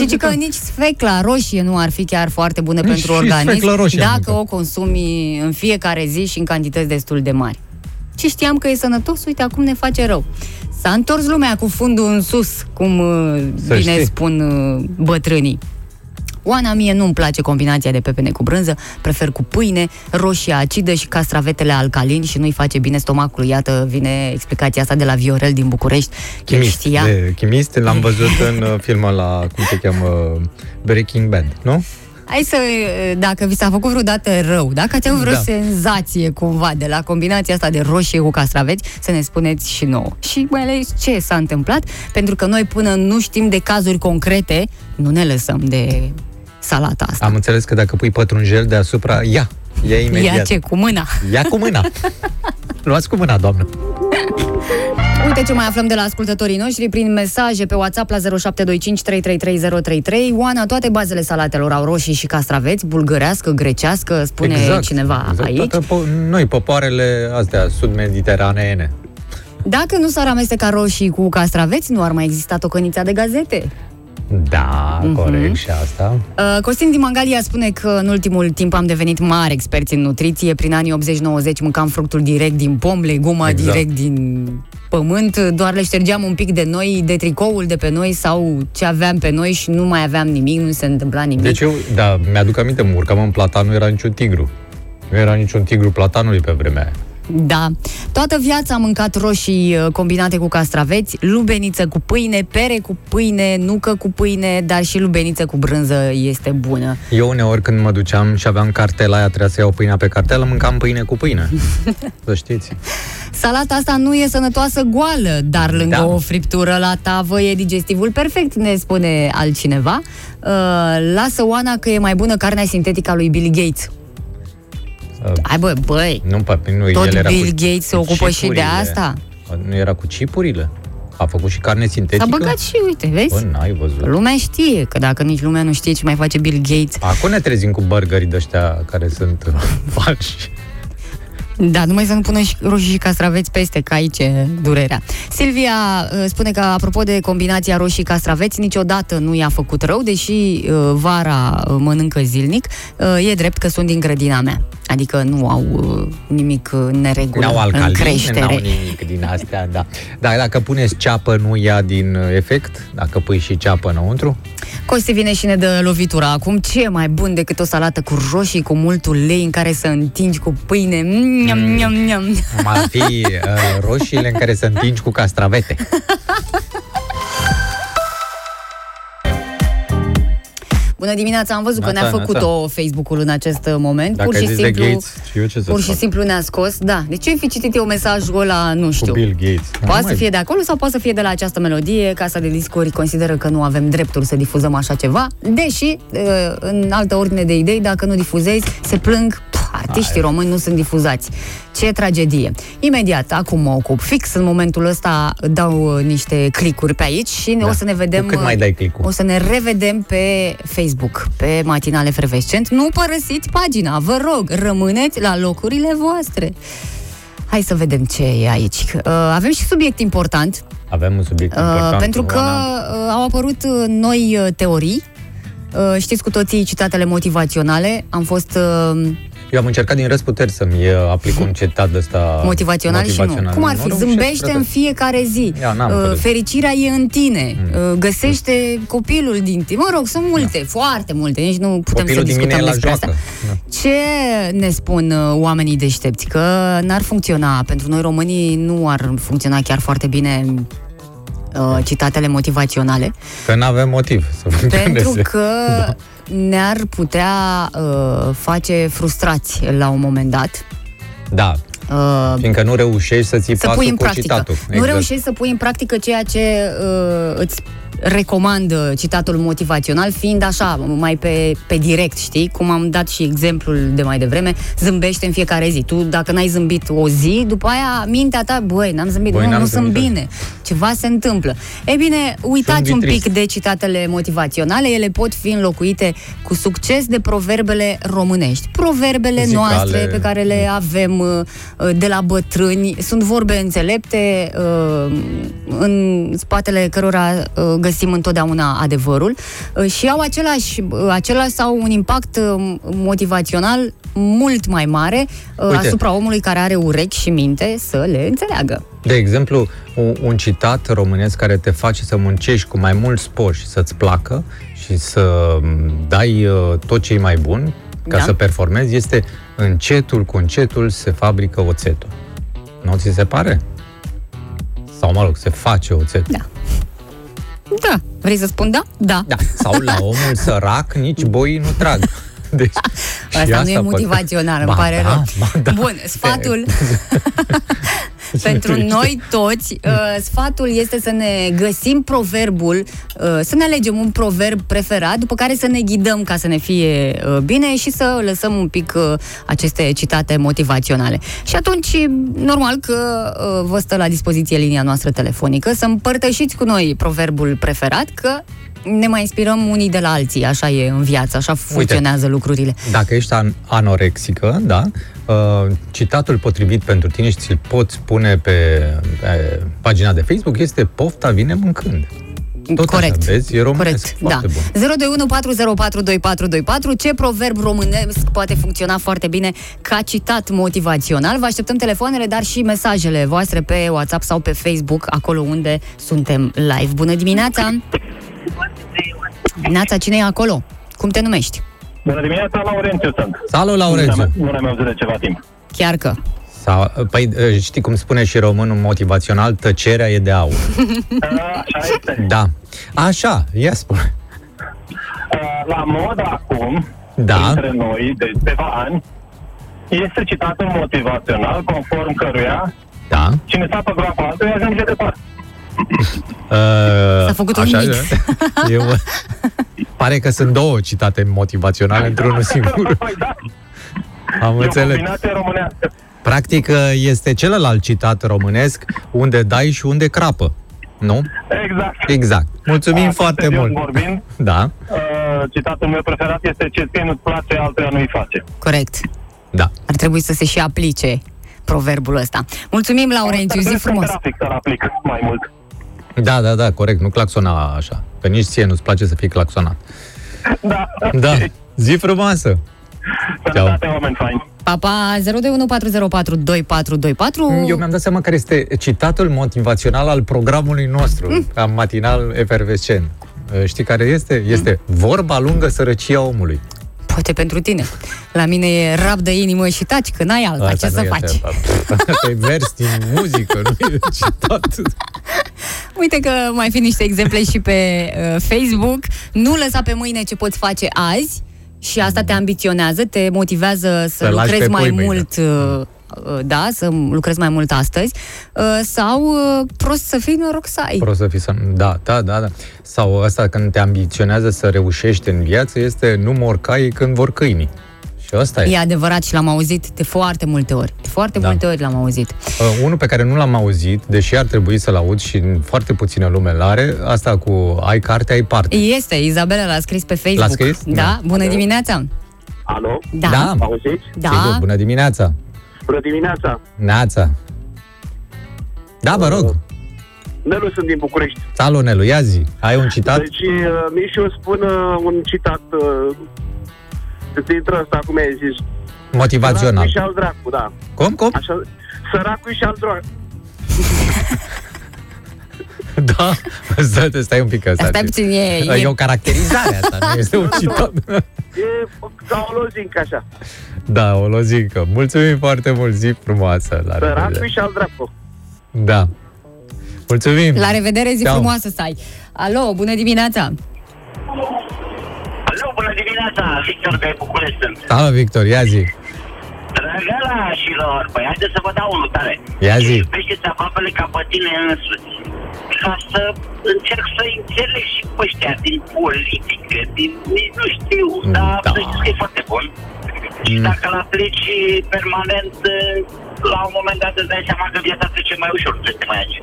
S4: și ci că nici sfecla roșie nu ar fi chiar foarte bună
S3: Nici
S4: pentru
S3: și
S4: organism
S3: sfecla roșie am
S4: dacă
S3: mâncat.
S4: o consumi în fiecare zi și în cantități destul de mari. Și știam că e sănătos, uite acum ne face rău. S-a întors lumea cu fundul în sus, cum uh,
S3: Să
S4: bine
S3: știi.
S4: spun uh, bătrânii. Oana, mie nu-mi place combinația de pepene cu brânză, prefer cu pâine, roșia acidă și castravetele alcalini și nu-i face bine stomacului. Iată, vine explicația asta de la Viorel din București. El
S3: Chimist,
S4: știa.
S3: de chimist, l-am văzut în uh, filmul la cum se cheamă, uh, Breaking Bad, nu?
S4: Hai să, dacă vi s-a făcut vreodată rău, dacă ați avut vreo
S3: Da.
S4: da. senzație cumva de la combinația asta de roșie cu castraveți, să ne spuneți și nouă. Și mai ales ce s-a întâmplat, pentru că noi până nu știm de cazuri concrete, nu ne lăsăm de salata asta.
S3: Am înțeles că dacă pui pătrunjel deasupra, ia, ia imediat.
S4: Ia ce, cu mâna.
S3: ia cu mâna. Luați cu mâna, doamnă.
S4: Uite ce mai aflăm de la ascultătorii noștri prin mesaje pe WhatsApp la 0725333033. Oana, toate bazele salatelor au roșii și castraveți, bulgărească, grecească, spune
S3: Exact.
S4: cineva aici.
S3: Toate po- noi, popoarele astea, sud-mediteraneene.
S4: Dacă nu s-ar amesteca roșii cu castraveți, nu ar mai exista tocănița de gazete.
S3: Da,
S4: Mhm.
S3: corect și asta.
S4: Uh, Costin din Mangalia spune că în ultimul timp am devenit mari experți în nutriție. Prin anii 80-90 mâncam fructul direct din pom, leguma
S3: Exact.
S4: exact. direct din pământ, doar le ștergeam un pic de noi, de tricoul de pe noi sau ce aveam pe noi și nu mai aveam nimic, nu se întâmpla nimic.
S3: Deci eu, da, mi-aduc aminte, mă urcam în platan, nu era niciun tigru. Nu era niciun tigru platanului pe vremea aia.
S4: Da. Toată viața am mâncat roșii uh, combinate cu castraveți, lubeniță cu pâine, pere cu pâine, nucă cu pâine, dar și lubeniță cu brânză este bună.
S3: Eu uneori când mă duceam și aveam cartela aia, trebuia să iau pâinea pe cartelă, mâncam pâine cu
S4: <laughs>
S3: pâine. să știți.
S4: Salata asta nu e sănătoasă goală, dar lângă
S3: Da.
S4: o friptură la tavă e digestivul perfect, ne spune altcineva. Uh, lasă Oana că e mai bună carnea sintetică a lui Bill Gates.
S3: Uh,
S4: Hai bă, băi,
S3: Nu, papi, nu,
S4: Tot
S3: el era
S4: Bill
S3: cu
S4: Gates se
S3: cu
S4: ocupă și de
S3: cipurile.
S4: asta?
S3: Nu era cu cipurile? A făcut și carne
S4: s-a
S3: sintetică?
S4: băgat și uite, vezi?
S3: Bă, n-ai văzut.
S4: Lumea știe, că dacă nici lumea nu știe ce mai face Bill Gates,
S3: Acum ne trezim cu burgerii de ăștia care sunt <laughs> falși.
S4: Da, numai să nu pună și roșii și castraveți peste, că aici e durerea. Silvia uh, spune că, apropo de combinația roșii-castraveți, niciodată nu i-a făcut rău, deși uh, vara uh, mănâncă zilnic. Uh, E drept că sunt din grădina mea. Adică nu au uh, nimic uh, neregulă
S3: N-au
S4: în
S3: alcaline, n-au
S4: creștere.
S3: nimic din astea, da. Dar dacă puneți ceapă, nu ia din uh, efect? Dacă pui și ceapă înăuntru?
S4: Costi vine și ne dă lovitura acum. Ce e mai bun decât o salată cu roșii, cu mult ulei în care să întingi cu pâine? Mm, Miam,
S3: Mm.
S4: miam, miam.
S3: Cum ar
S4: <laughs>
S3: fi uh, roșiile în care să întingi cu castravete.
S4: Bună dimineața, am văzut că
S3: Neața,
S4: ne-a făcut-o Facebook-ul în acest uh, moment.
S3: Dacă
S4: pur
S3: ai
S4: și
S3: zis
S4: simplu,
S3: de Gates, și eu ce să
S4: Pur și
S3: fac?
S4: simplu ne-a scos, da. Deci eu fi citit eu mesajul ăla, nu
S3: Cu
S4: știu.
S3: Bill Gates. Nu
S4: Poate
S3: mai-
S4: să fie de acolo sau poate să fie de la această melodie. Casa de discuri consideră că nu avem dreptul să difuzăm așa ceva, deși, uh, în altă ordine de idei, dacă nu difuzezi, se plâng, pf, artiștii români nu sunt difuzați. Ce tragedie! Imediat, acum mă ocup fix, în momentul ăsta dau uh, niște clicuri pe aici și da.
S3: Da.
S4: o să ne vedem...
S3: Cu cât
S4: uh,
S3: mai dai click-ul.
S4: O să ne revedem pe Facebook, pe Matinale Frevescent. Nu părăsiți pagina, vă rog, rămâneți la locurile voastre. Hai să vedem ce e aici. Uh, avem și subiect important,
S3: Avem un subiect
S4: uh,
S3: important.
S4: pentru că
S3: Oana.
S4: uh, au apărut uh, noi uh, teorii. Uh, știți cu toții citatele motivaționale. Am fost uh,
S3: Eu am încercat din răsputeri să-mi uh, aplic un citat de ăsta
S4: motivațional, și nu. Cum ar fi?
S3: reușesc,
S4: Zâmbește
S3: frate.
S4: în fiecare zi.
S3: Ia, n-am Mm.
S4: Uh,
S3: înțeles.
S4: fericirea e în tine. Uh, găsește copilul din tine. Mă rog, sunt multe, foarte multe. Nici nu putem
S3: Copilul
S4: să
S3: din
S4: discutăm
S3: mine e la
S4: despre
S3: joacă. Da.
S4: asta. Ce ne spun uh, oamenii deștepți? Că n-ar funcționa, pentru noi românii nu ar funcționa chiar foarte bine uh, citatele
S3: <laughs>
S4: motivaționale,
S3: Că nu avem motiv să
S4: pentru
S3: funcționeze.
S4: că
S3: Da.
S4: ne-ar putea uh, face frustrați la un moment dat.
S3: Da,
S4: Uh,
S3: fiindcă nu reușești să ții
S4: să
S3: pasul
S4: pui în
S3: cu
S4: practică.
S3: citatul. Exact.
S4: Nu reușești să pui în practică ceea ce uh, îți recomandă citatul motivațional, fiind așa, mai pe, pe direct, știi? Cum am dat și exemplul de mai devreme, zâmbește în fiecare zi. Tu, dacă n-ai zâmbit o zi, după aia mintea ta, băi, n-am zâmbit,
S3: Băi,
S4: nu,
S3: n-am
S4: nu
S3: zâmbit,
S4: sunt
S3: da.
S4: bine. Ceva se întâmplă. Ei bine, uitați un
S3: vitrist.
S4: pic de citatele motivaționale, ele pot fi înlocuite cu succes de proverbele românești. Proverbele
S3: Zicale.
S4: noastre pe care le avem uh, de la bătrâni. Sunt vorbe înțelepte uh, în spatele cărora uh, găsim întotdeauna adevărul uh, și au același, uh, același sau un impact uh, motivațional mult mai mare uh,
S3: Uite.
S4: asupra omului care are urechi și minte să le înțeleagă.
S3: De exemplu, un, un citat românesc care te face să muncești cu mai mult spor și să-ți placă și să m, dai uh, tot ce e mai bun ca
S4: Da.
S3: să performezi este încetul cu încetul se fabrică oțetul. Nu ți se pare? Sau, mă rog, se face oțetul.
S4: Da. Da. Vrei să spun da? Da.
S3: Da. Sau la omul sărac nici boii nu trag. Deci, și
S4: Asta, nu e
S3: păcat.
S4: motivațional, îmi
S3: Ba
S4: pare
S3: da,
S4: rău.
S3: ba da. <laughs>
S4: Bun, sfatul pentru noi toți, uh, sfatul este să ne găsim proverbul, uh, să ne alegem un proverb preferat, după care să ne ghidăm ca să ne fie uh, bine și să lăsăm un pic uh, aceste citate motivaționale. Și atunci, normal că uh, vă stă la dispoziție linia noastră telefonică, să împărtășiți cu noi proverbul preferat, că ne mai inspirăm unii de la alții, așa e în viață, așa funcționează lucrurile.
S3: Dacă ești an- anorexică, da, uh, citatul potrivit pentru tine și ți-l poți pune pe, pe pagina de Facebook este Pofta vine mâncând. Tot
S4: Corect.
S3: Așa, vezi, e românesc,
S4: Corect, da.
S3: foarte bun.
S4: 021402424 Ce proverb românesc poate funcționa foarte bine ca citat motivațional? Vă așteptăm telefoanele, dar și mesajele voastre pe WhatsApp sau pe Facebook, acolo unde suntem live. Bună dimineața! Neața, cine e acolo? Cum te numești?
S5: Bună dimineața, Laurențiu sunt.
S3: Salut, Laurențiu! <laughs>
S5: Nu ne-am auzit de ceva timp.
S4: Chiar că.
S3: Sau, păi, știi cum spune și românul motivațional, tăcerea e de aur.
S5: Uh, Așa este.
S3: Da. Așa, ia spune.
S5: Uh, La mod acum,
S3: Da.
S5: între noi, de câteva ani, este citatul motivațional conform căruia
S3: Da.
S5: cine s-a pe groapa altuia ajunge
S3: <laughs>
S5: departe.
S3: Uh,
S4: S-a făcut un mix.
S3: e? Eu,
S4: <laughs>
S3: pare că sunt două citate motivaționale într-unul singur.
S5: Păi da,
S3: Am
S5: e o
S3: înțeles.
S5: Exact. combinație românească.
S3: Practic, uh, este celălalt citat românesc, unde dai și unde crapă. Nu?
S5: Exact.
S3: Exact. Mulțumim
S5: Acum,
S3: foarte
S5: serios
S3: mult.
S5: Vorbind,
S3: <laughs> Da,
S5: uh, citatul meu preferat este ce ție nu-ți place, altuia nu-i face.
S4: Corect.
S3: da.
S4: Ar trebui să se și aplice proverbul ăsta. Mulțumim, Laurențiu, zi
S5: Trebuie să
S4: frumos.
S5: trafic să-l aplic mai mult.
S3: Da, da, da, corect, nu claxona așa. Că nici ție nu-ți place să fii claxonat.
S5: Da,
S3: Da, zi frumoasă!
S5: sănătate, oameni faini.
S4: Pa, pa, 0214042424.
S3: Mm. Eu mi-am dat seama care este citatul motivațional al programului
S4: Mm.
S3: nostru, am matinal efervescent. Uh, Știi care este? Este
S4: Mm.
S3: vorba lungă sărăcia omului.
S4: Poate pentru tine. La mine e rab de inimă și taci, că n-ai alta.
S3: Asta
S4: ce
S3: nu
S4: să
S3: este
S4: faci?
S3: Asta <laughs> Asta e vers din muzică, nu e citat.
S4: Uite că mai fi niște exemple și pe uh, Facebook. Nu lăsa pe mâine ce poți face azi și asta te ambiționează, te motivează să,
S3: Să lași pe
S4: lucrezi mai
S3: pui mâine.
S4: mult, uh, uh, da, să lucrezi mai mult astăzi uh, sau uh, prost să fii noroc să ai.
S3: Prost să fii să... Da, da, da, da. Sau asta când te ambiționează să reușești în viață este nu mor caii când vor câinii. Și asta e.
S4: E adevărat și l-am auzit de foarte multe ori. De foarte
S3: Da.
S4: multe ori l-am auzit.
S3: Uh, unul pe care nu l-am auzit, deși ar trebui să-l aud și foarte puțină lume l-are, asta cu ai carte, ai parte.
S4: Este, Izabela l-a scris pe Facebook.
S3: L-a scris?
S4: Da, bună dimineața!
S5: Alo,
S4: Da,
S3: Da.
S5: auziți?
S4: da.
S3: Sigur, bună dimineața!
S5: Bună dimineața.
S3: Neața! Da, vă rog!
S5: Nelu sunt din București.
S3: Salonelu, ia zi! Ai un citat?
S5: Deci, uh, Mișu spune un citat uh, dintre ăsta, cum ai zis.
S3: Motivațional.
S5: Săracul și al dracu, Păi, da.
S3: Cum, cum?
S5: Așa, săracul și al dracu.
S3: <laughs> Da? Stai, stai un pic că
S4: Dar stai puțin, e, e,
S3: E o caracterizare asta, nu este
S5: <laughs> Da,
S3: un citat.
S5: E ca o lozincă așa.
S3: Da, o lozincă. Mulțumim foarte mult, zi frumoasă! La
S5: Săracul
S3: revedere!
S5: și al dracu.
S3: Da. Mulțumim!
S4: la revedere, zi
S3: Ceau.
S4: frumoasă să ai! Alo, bună dimineața!
S6: Alo, bună dimineața, Victor de București sunt.
S3: Salut, Da, Victor, ia zi!
S6: Drăgălașilor, păi haideți să vă dau un lutare.
S3: Ia zi.
S6: Iubește-ți aproapele ca pe tine însuți. Ca să încerc să înțeleg și pe ăștia din politică, din... nici nu știu,
S3: Mm,
S6: dar
S3: da.
S6: să știți că e foarte bun. Și
S3: Mm.
S6: dacă îl aplici permanent, la un moment dat îți dai seama că viața trece mai ușor, nu este mai aici.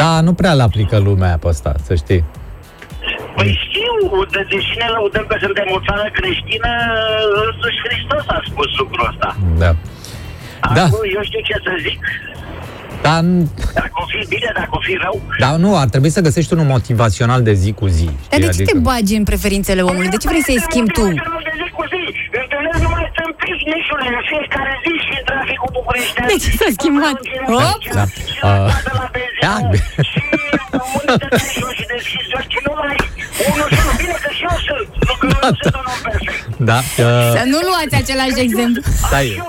S3: Da, nu prea-l aplică lumea pe asta, să știi.
S6: Păi
S3: Mm.
S6: știu, de deși ne lăudăm că suntem o țară creștină, însuși Hristos a spus lucrul ăsta.
S3: Da. Da.
S6: Acum, eu știu ce să zic.
S3: Dar, n-
S6: Dacă o fi bine, dacă o fi rău,
S3: dar nu, ar trebui să găsești unul motivațional de zi cu zi.
S4: Dar
S3: știi? Adică-
S4: de ce te bagi în preferințele omului? De ce vrei să-i schimbi tu?
S6: Motivațional de zi cu zi. Întâlnesc numai tâmpiți, nișule, în fiecare zi și în traficul bucureștean.
S7: Deci
S4: De ce s-a schimbat? Hop!
S3: Da.
S6: Da. Uh.
S3: Ah. Da. Da,
S4: Să
S3: uh,
S4: nu luați același exemplu.
S3: Stai.
S6: Stai.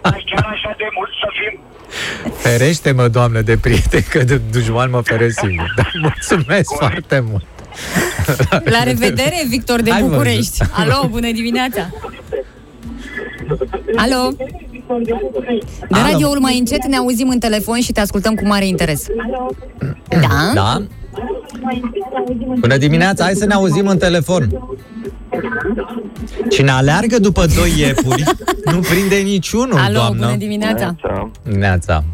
S3: Ah,
S6: Chiar așa de mult să fim
S3: ferește-mă, doamnă, de prieteni, că de dușman mă feresc singur. Da, mulțumesc foarte mult.
S4: <laughs> La revedere, Victor de
S3: Hai, mă,
S4: București. Alo, bună dimineața! Alo! De
S3: Alo.
S4: radioul mai încet ne auzim în telefon și te ascultăm cu mare interes. Da?
S3: Da? Bună dimineața, hai să ne auzim în telefon. Cine aleargă după doi
S4: <laughs>
S3: iepuri, nu prinde niciunul,
S4: Alo, bună
S3: doamnă.
S4: dimineața!
S3: Neața.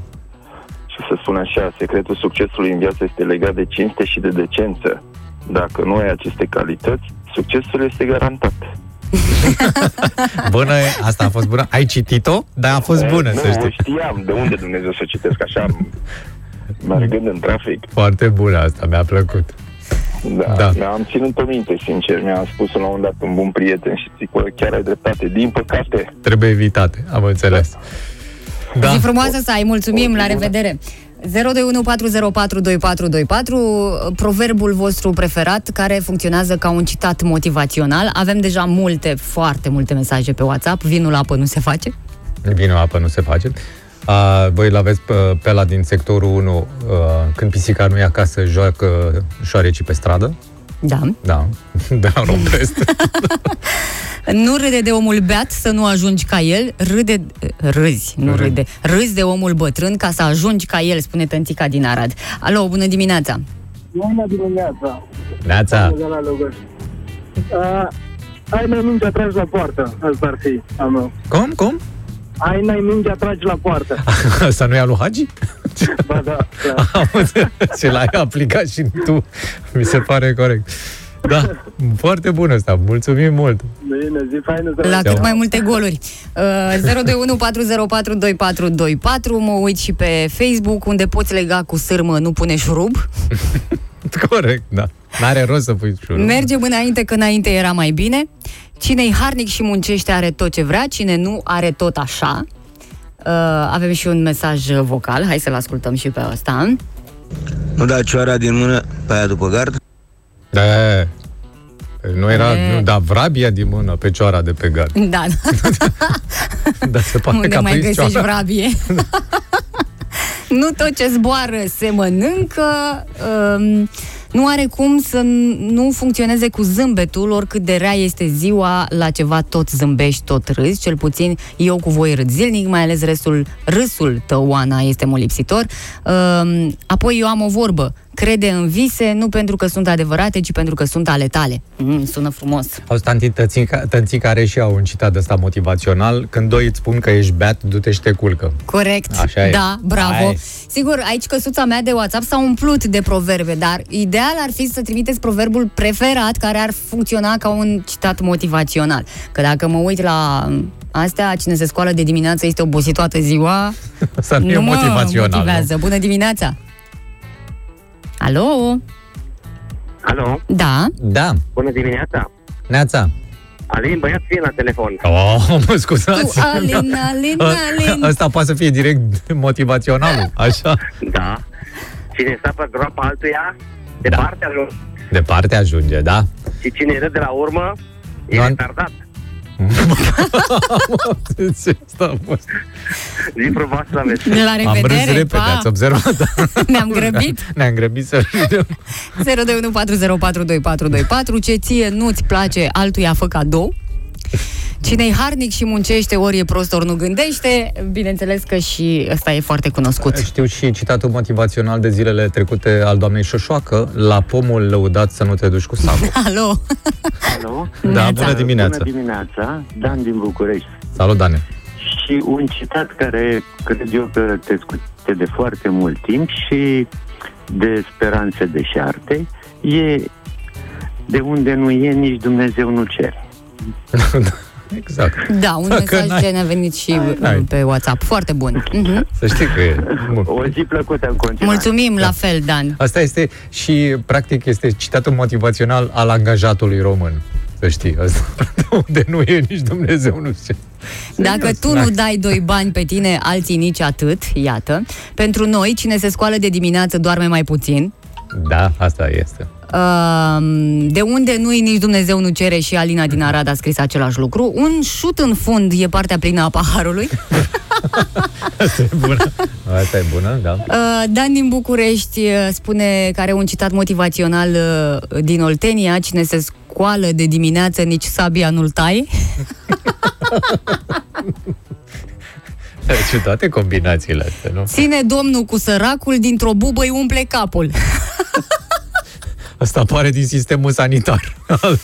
S8: ce să spun așa, secretul succesului în viață este legat de cinste și de decență. Dacă nu ai aceste calități, succesul este garantat.
S3: Bună, e- asta a fost bună. Ai citit-o? Dar a fost bună,
S8: nu,
S3: să știi.
S8: știam de unde Dumnezeu să o citesc
S3: <laughs>
S8: așa, mergând în trafic.
S3: Foarte bună asta, mi-a plăcut.
S8: Da,
S3: Da.
S8: da. Mi-am ținut pe minte, sincer. Mi-a spus la un moment dat un bun prieten și zic, "Bă, chiar ai dreptate. Din păcate,
S3: Trebuie evitate, am înțeles. Da.
S4: Zi frumoasă să ai, mulțumim, la revedere! 0214042424, proverbul vostru preferat care funcționează ca un citat motivațional. Avem deja multe, foarte multe mesaje pe WhatsApp. Vinul la apă nu se face.
S3: vinul apă nu se face. A, voi l-aveți pe, pe la din sectorul 1, a, când pisica nu e acasă, joacă șoarecii pe stradă?
S4: Da.
S3: Da, <laughs> da,
S4: <laughs>
S3: rompest.
S4: Nu râde de omul beat să nu ajungi ca el, râde, râzi, nu râde, râzi de omul bătrân ca să ajungi ca el, spune tântica din Arad. Alo, bună dimineața!
S5: Bună dimineața!
S9: Da.
S3: Neața,
S5: Bună de la Lugăș. Uh, ai mai mingea tragi la poartă, asta ar fi a meu.
S3: cum, cum? <laughs>
S5: Ai mai mingea tragi la
S9: <laughs>
S5: poartă.
S3: Asta nu e alu Hagi?
S5: Ba da, da.
S3: <laughs> Am înțeles și l-ai aplicat și tu. Mi se pare corect. Da, foarte bun ăsta. Mulțumim mult.
S5: Bine, zi faină
S4: La
S5: să la...
S4: cât mai multe goluri. Uh, 021404244, mă uit și pe Facebook, unde poți lega cu sârmă, nu pune șurub.
S3: Corect, da. N-are rost să pui șurub.
S4: Mergem înainte, că înainte era mai bine. Cine-i harnic și muncește are tot ce vrea, cine nu are tot așa. Uh, avem și un mesaj uh, vocal, hai să-l ascultăm și pe ăsta. <laughs>
S10: Nu da cioara din mână pe aia după gard?
S3: Da, nu era,
S4: E.
S3: nu, da, vrabia din mână, pecioara de pe
S4: <laughs>
S3: gard.
S4: Da, da.
S3: Da, se pare
S4: Unde
S3: că a
S4: mai
S3: prins
S4: găsești
S3: cioara.
S4: vrabie? nu tot ce zboară se mănâncă. Um, nu are cum să n- nu funcționeze cu zâmbetul, oricât de rea este ziua, la ceva tot zâmbești, tot râzi, cel puțin eu cu voi râd zilnic, mai ales restul, râsul tău, Ana, este molipsitor. Um, apoi eu am o vorbă, crede în vise, nu pentru că sunt adevărate, ci pentru că sunt ale tale. Mm, sună frumos.
S3: Auzi, tanti, tățica, tățica are și au un citat de ăsta motivațional. Când doi îți spun că ești beat, du-te și te culcă. <laughs>
S4: Corect.
S3: Așa e.
S4: Da, bravo.
S3: Nice.
S4: Sigur, aici căsuța mea de WhatsApp s-a umplut de proverbe, dar ideal ar fi să trimiteți proverbul preferat care ar funcționa ca un citat motivațional. Că dacă mă uit la astea, cine se scoală de dimineață este obosit toată ziua,
S3: Să nu, e
S4: mă
S3: motivațional. nu?
S4: motivează. Bună dimineața! Alo?
S5: Alo,
S4: Da?
S3: Da,
S5: bună dimineața!
S3: Neața.
S5: Alin, băiat, fie la telefon.
S3: Oh, mă
S4: Tu,
S3: scuzați.
S4: Alin,
S3: <laughs>
S4: Alin, Alin!
S3: Asta poate să fie direct motivaționalul, așa.
S5: Da. Cine sta pe groapa altuia, departe da.
S3: Departe ajunge, da? <laughs>
S5: Și cine râde la urmă, e
S3: Da.
S5: retardat.
S3: Ce asta a fost?
S5: Zi frumoasă la vest.
S4: La
S3: Am râs
S4: revedere,
S3: repede,
S4: pa!
S3: ați observat? Da,
S4: Ne-am grăbit!
S3: Ne-am grăbit să râdem.
S4: 0214042424 Ce ție nu-ți place, altuia fă cadou. Cine-i harnic și muncește, ori e prost, ori nu gândește, bineînțeles că și ăsta e foarte cunoscut.
S3: Știu și citatul motivațional de zilele trecute al doamnei Șoșoacă, la pomul lăudat să nu te duci cu sabă.
S4: Alo!
S9: Alo?
S3: da, bună
S4: Neața.
S3: dimineața.
S9: Bună dimineața, Dan din București.
S3: Salut, Dane. <laughs>
S9: Și un citat care cred eu că te scute de foarte mult timp și de speranțe deșarte e de unde nu e, nici Dumnezeu nu cere.
S3: exact.
S4: Da, un
S3: Dacă
S4: mesaj
S3: n-ai-
S4: ce ne-a venit și
S3: n-ai.
S4: pe WhatsApp. Foarte bun. Mhm.
S3: Să știi că e.
S9: O zi plăcută în continuare.
S4: Mulțumim la fel, Dan.
S3: Asta este și, practic, este citatul motivațional al angajatului român. Să știi, <laughs> asta unde nu e nici Dumnezeu, nu știu. Da.
S4: Dacă tu nu dai doi bani pe tine, alții nici atât, iată. Pentru noi, cine se scoală de dimineață doarme mai puțin,
S3: Da, asta este.
S4: Um, de unde nu-i nici Dumnezeu nu cere și Alina din Arad a scris același lucru. Un șut în fund e partea plină a
S3: <laughs>
S4: paharului.
S3: Asta e bună. Asta e bună, da.
S4: Uh, Dan din București uh, spune că are un citat motivațional uh, din Oltenia. Cine se scoală de dimineață, nici sabia nu-l
S3: <laughs>
S4: tai.
S3: Și Deci, toate combinațiile astea, nu?
S4: Ține domnul cu săracul, dintr-o bubă îi umple capul.
S3: Asta apare din sistemul sanitar <laughs> al,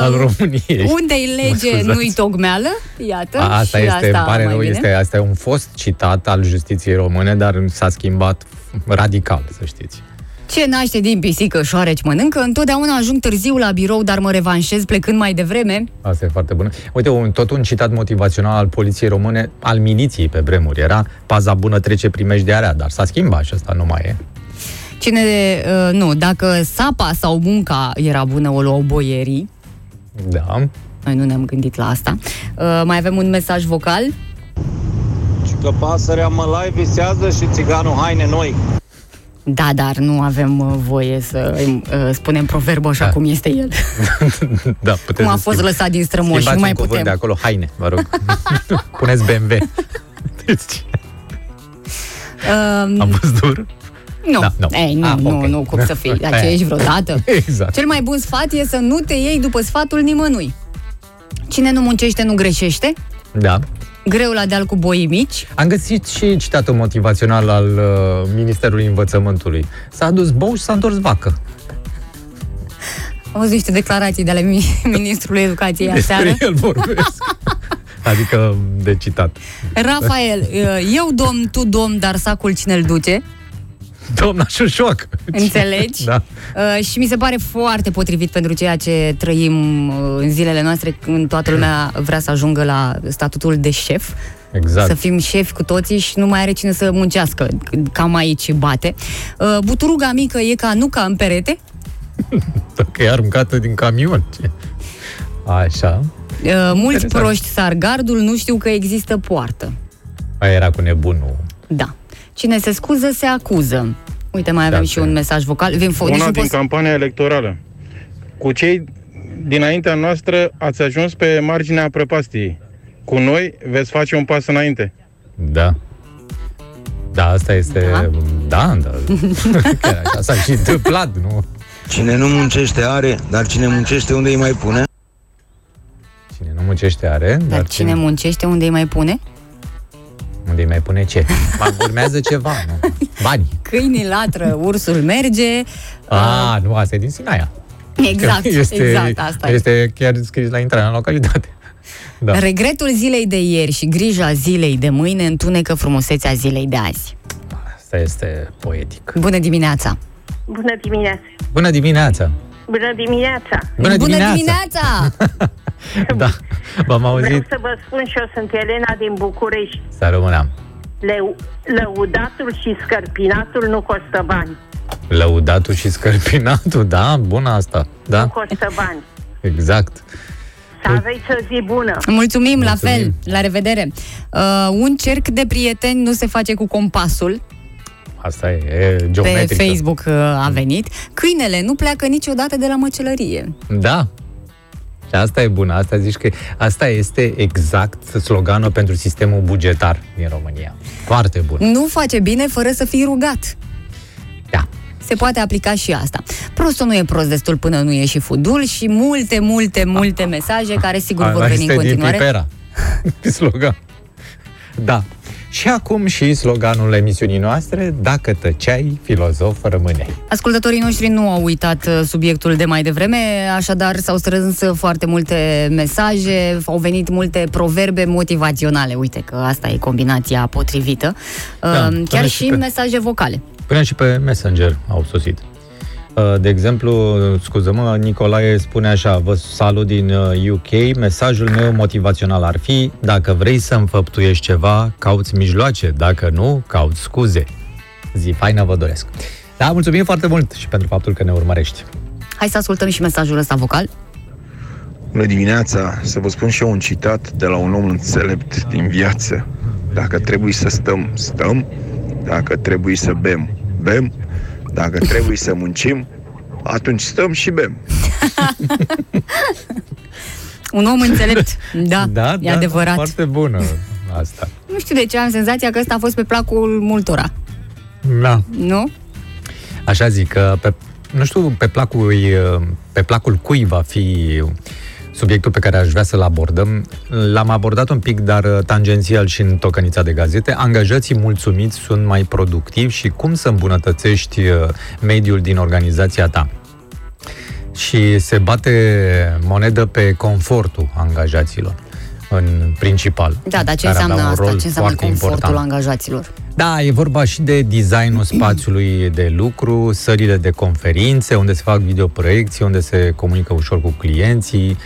S3: al României.
S4: Unde-i lege,
S3: scuzați.
S4: nu-i tocmeală. Iată.
S3: A, asta
S4: și
S3: este,
S4: asta
S3: îmi pare
S4: mai
S3: rău,
S4: bine.
S3: este, asta e un fost citat al justiției române, dar s-a schimbat radical, să știți.
S4: Ce naște din pisică șoareci mănâncă, întotdeauna ajung târziu la birou, dar mă revanșez plecând mai devreme.
S3: Asta e foarte bună. Uite, un, tot un citat motivațional al poliției române, al miliției pe vremuri era Paza bună trece primejdea rea, dar s-a schimbat și asta nu mai e.
S4: Cine, uh, nu, dacă sapa sau munca era bună, o luau boierii.
S3: Da. <laughs>
S4: Noi nu ne-am gândit la asta. Uh, mai avem un mesaj vocal.
S11: Și că pasărea mă lai visează și țiganul haine noi.
S4: Da, dar nu avem uh, voie să îi, uh, spunem proverbul așa
S3: Da.
S4: da. cum este el.
S3: da, puteți
S4: Cum a
S3: să
S4: fost
S3: schimb-
S4: lăsat din strămoși,
S3: schimbați
S4: nu mai
S3: un cuvânt
S4: putem.
S3: de acolo, haine, vă rog. <laughs> Puneți BMW.
S4: <laughs>
S3: Deci,
S4: Uh,
S3: am fost dur?
S4: nu,
S3: Da,
S4: da,
S3: nu.
S4: Ei, nu,
S3: Ah,
S4: nu,
S3: ok.
S4: nu, cum să
S3: <laughs>
S4: fii, dacă
S3: Aia.
S4: ești vreodată.
S3: <laughs> Exact.
S4: Cel mai bun sfat e să nu te iei după sfatul nimănui. Cine nu muncește, nu greșește.
S3: Da.
S4: Greu la deal cu boii mici.
S3: Am găsit și citatul motivațional al uh, Ministerului Învățământului. S-a adus bou și s-a întors vacă.
S4: Au văzut niște declarații de ale mi- <laughs> ministrului educației aseară.
S3: Despre el
S4: <laughs>
S3: vorbesc. adică de citat. <laughs>
S4: Rafael, uh, eu domn, tu domn, dar sacul cine-l duce.
S3: Doamna Șușoac.
S4: Înțelegi?
S3: Da.
S4: Uh, și mi se pare foarte potrivit pentru ceea ce trăim uh, în zilele noastre când toată lumea vrea să ajungă la statutul de șef.
S3: Exact.
S4: Să fim șefi cu toții și nu mai are cine să muncească. Cam aici bate. Uh, buturuga mică e ca nuca în perete.
S3: Dacă e aruncată din camion. Ce? Așa.
S4: Uh, mulți
S3: Interesant.
S4: proști sar gardul, nu știu că există poartă.
S3: Aia era cu nebunul.
S4: Da. Cine se scuză, se acuză. Uite, mai avem
S3: Da,
S4: și
S3: da.
S4: un mesaj vocal. Vin fo- deci
S11: Una
S4: nu
S11: din
S4: poți...
S11: campania electorală. Cu cei dinaintea noastră ați ajuns pe marginea prăpastiei. Cu noi veți face un pas înainte.
S3: Da. Da, asta este... Da, da.
S4: <laughs>
S3: da. Chiar așa s-a și întâmplat, nu?
S10: Cine nu muncește are, dar cine muncește unde îi mai pune?
S3: Cine nu muncește are, dar,
S4: Dar cine muncește, unde îi mai pune?
S3: unde îi mai pune ce? Mai urmează ceva, nu? Bani.
S4: Câinii latră, ursul merge. Ah,
S3: A, nu, asta e din Sinaia.
S4: Exact,
S3: Ah, <laughs> este,
S4: exact, asta e.
S3: este chiar scris la intrarea în localitate. Da.
S4: Regretul zilei de ieri și grija zilei de mâine întunecă frumusețea zilei de azi.
S3: Asta este poetic.
S4: Bună dimineața!
S7: Bună dimineața!
S3: Bună dimineața!
S7: Bună dimineața!
S4: Bună
S3: <laughs>
S4: dimineața!
S3: Da, v-am
S7: Vreau
S3: auzit.
S7: să vă spun și eu sunt Elena din București.
S3: Să rămâneam.
S7: Leu, lăudatul și scărpinatul nu costă bani.
S3: Lăudatul și scărpinatul, da, bună asta.
S7: Nu
S3: Da,
S7: costă bani.
S3: exact.
S7: Să aveți o zi bună!
S4: Mulțumim, la
S3: Mulțumim.
S4: fel! La revedere! Uh, un cerc de prieteni nu se face cu compasul.
S3: Asta e, e
S4: Pe
S3: geometrică.
S4: Facebook uh, a venit. Câinele nu pleacă niciodată de la măcelărie.
S3: Da. Și asta e bună. Asta zici că asta este exact sloganul pentru sistemul bugetar din România. Foarte bun.
S4: Nu face bine fără să fii rugat.
S3: Da.
S4: Se poate aplica și asta. Prostul nu e prost destul până nu e și fudul și multe, multe, multe mesaje care sigur vor
S3: Asta
S4: veni
S3: este
S4: în
S3: din
S4: continuare.
S3: Pipera. <laughs> Slogan. Da. Și acum și sloganul emisiunii noastre, dacă tăceai, filozof rămâneai.
S4: Ascultătorii noștri nu au uitat uh, subiectul de mai devreme, așadar s-au strâns uh, foarte multe mesaje, au venit multe proverbe motivaționale. Uite că asta e combinația potrivită.
S3: Da,
S4: Uh,
S3: până
S4: Chiar
S3: și
S4: și
S3: pe-
S4: mesaje vocale.
S3: Până și pe Messenger au sosit. Uh, De exemplu, scuză-mă, Nicolae spune așa, vă salut din uh, UK, mesajul meu motivațional ar fi, dacă vrei să înfăptuiești ceva, cauți mijloace, dacă nu, cauți scuze. Zi faină vă doresc. Da, mulțumim foarte mult și pentru faptul că ne urmărești.
S4: Hai să ascultăm și mesajul ăsta vocal.
S8: Bună dimineața, să vă spun și eu un citat de la un om înțelept din viață. Dacă trebuie să stăm, stăm. Dacă trebuie să bem, bem. Dacă trebuie să muncim, atunci stăm și bem.
S4: Un om
S3: <laughs>
S4: înțelept. Da, da e adevărat.
S3: Da, foarte bună asta.
S4: Nu știu de ce am senzația că ăsta a fost pe placul multora,
S3: Da.
S4: nu?
S3: Așa zic, că pe, nu știu pe placul, eh, pe placul cui va fi subiectul pe care aș vrea să-l abordăm. L-am abordat un pic, dar eh, tangențial și în tocănița de gazete. Angajații mulțumiți sunt mai productivi și cum să îmbunătățești eh, mediul din organizația ta. Și se bate monedă pe confortul angajaților în principal.
S4: Da, dar ce
S3: care
S4: înseamnă
S3: avea un
S4: asta?
S3: rol
S4: Ce înseamnă
S3: foarte
S4: confortul
S3: important.
S4: angajaților?
S3: Da, e vorba și de designul spațiului de lucru, sările de conferințe, unde se fac videoproiecții, unde se comunică ușor cu clienții,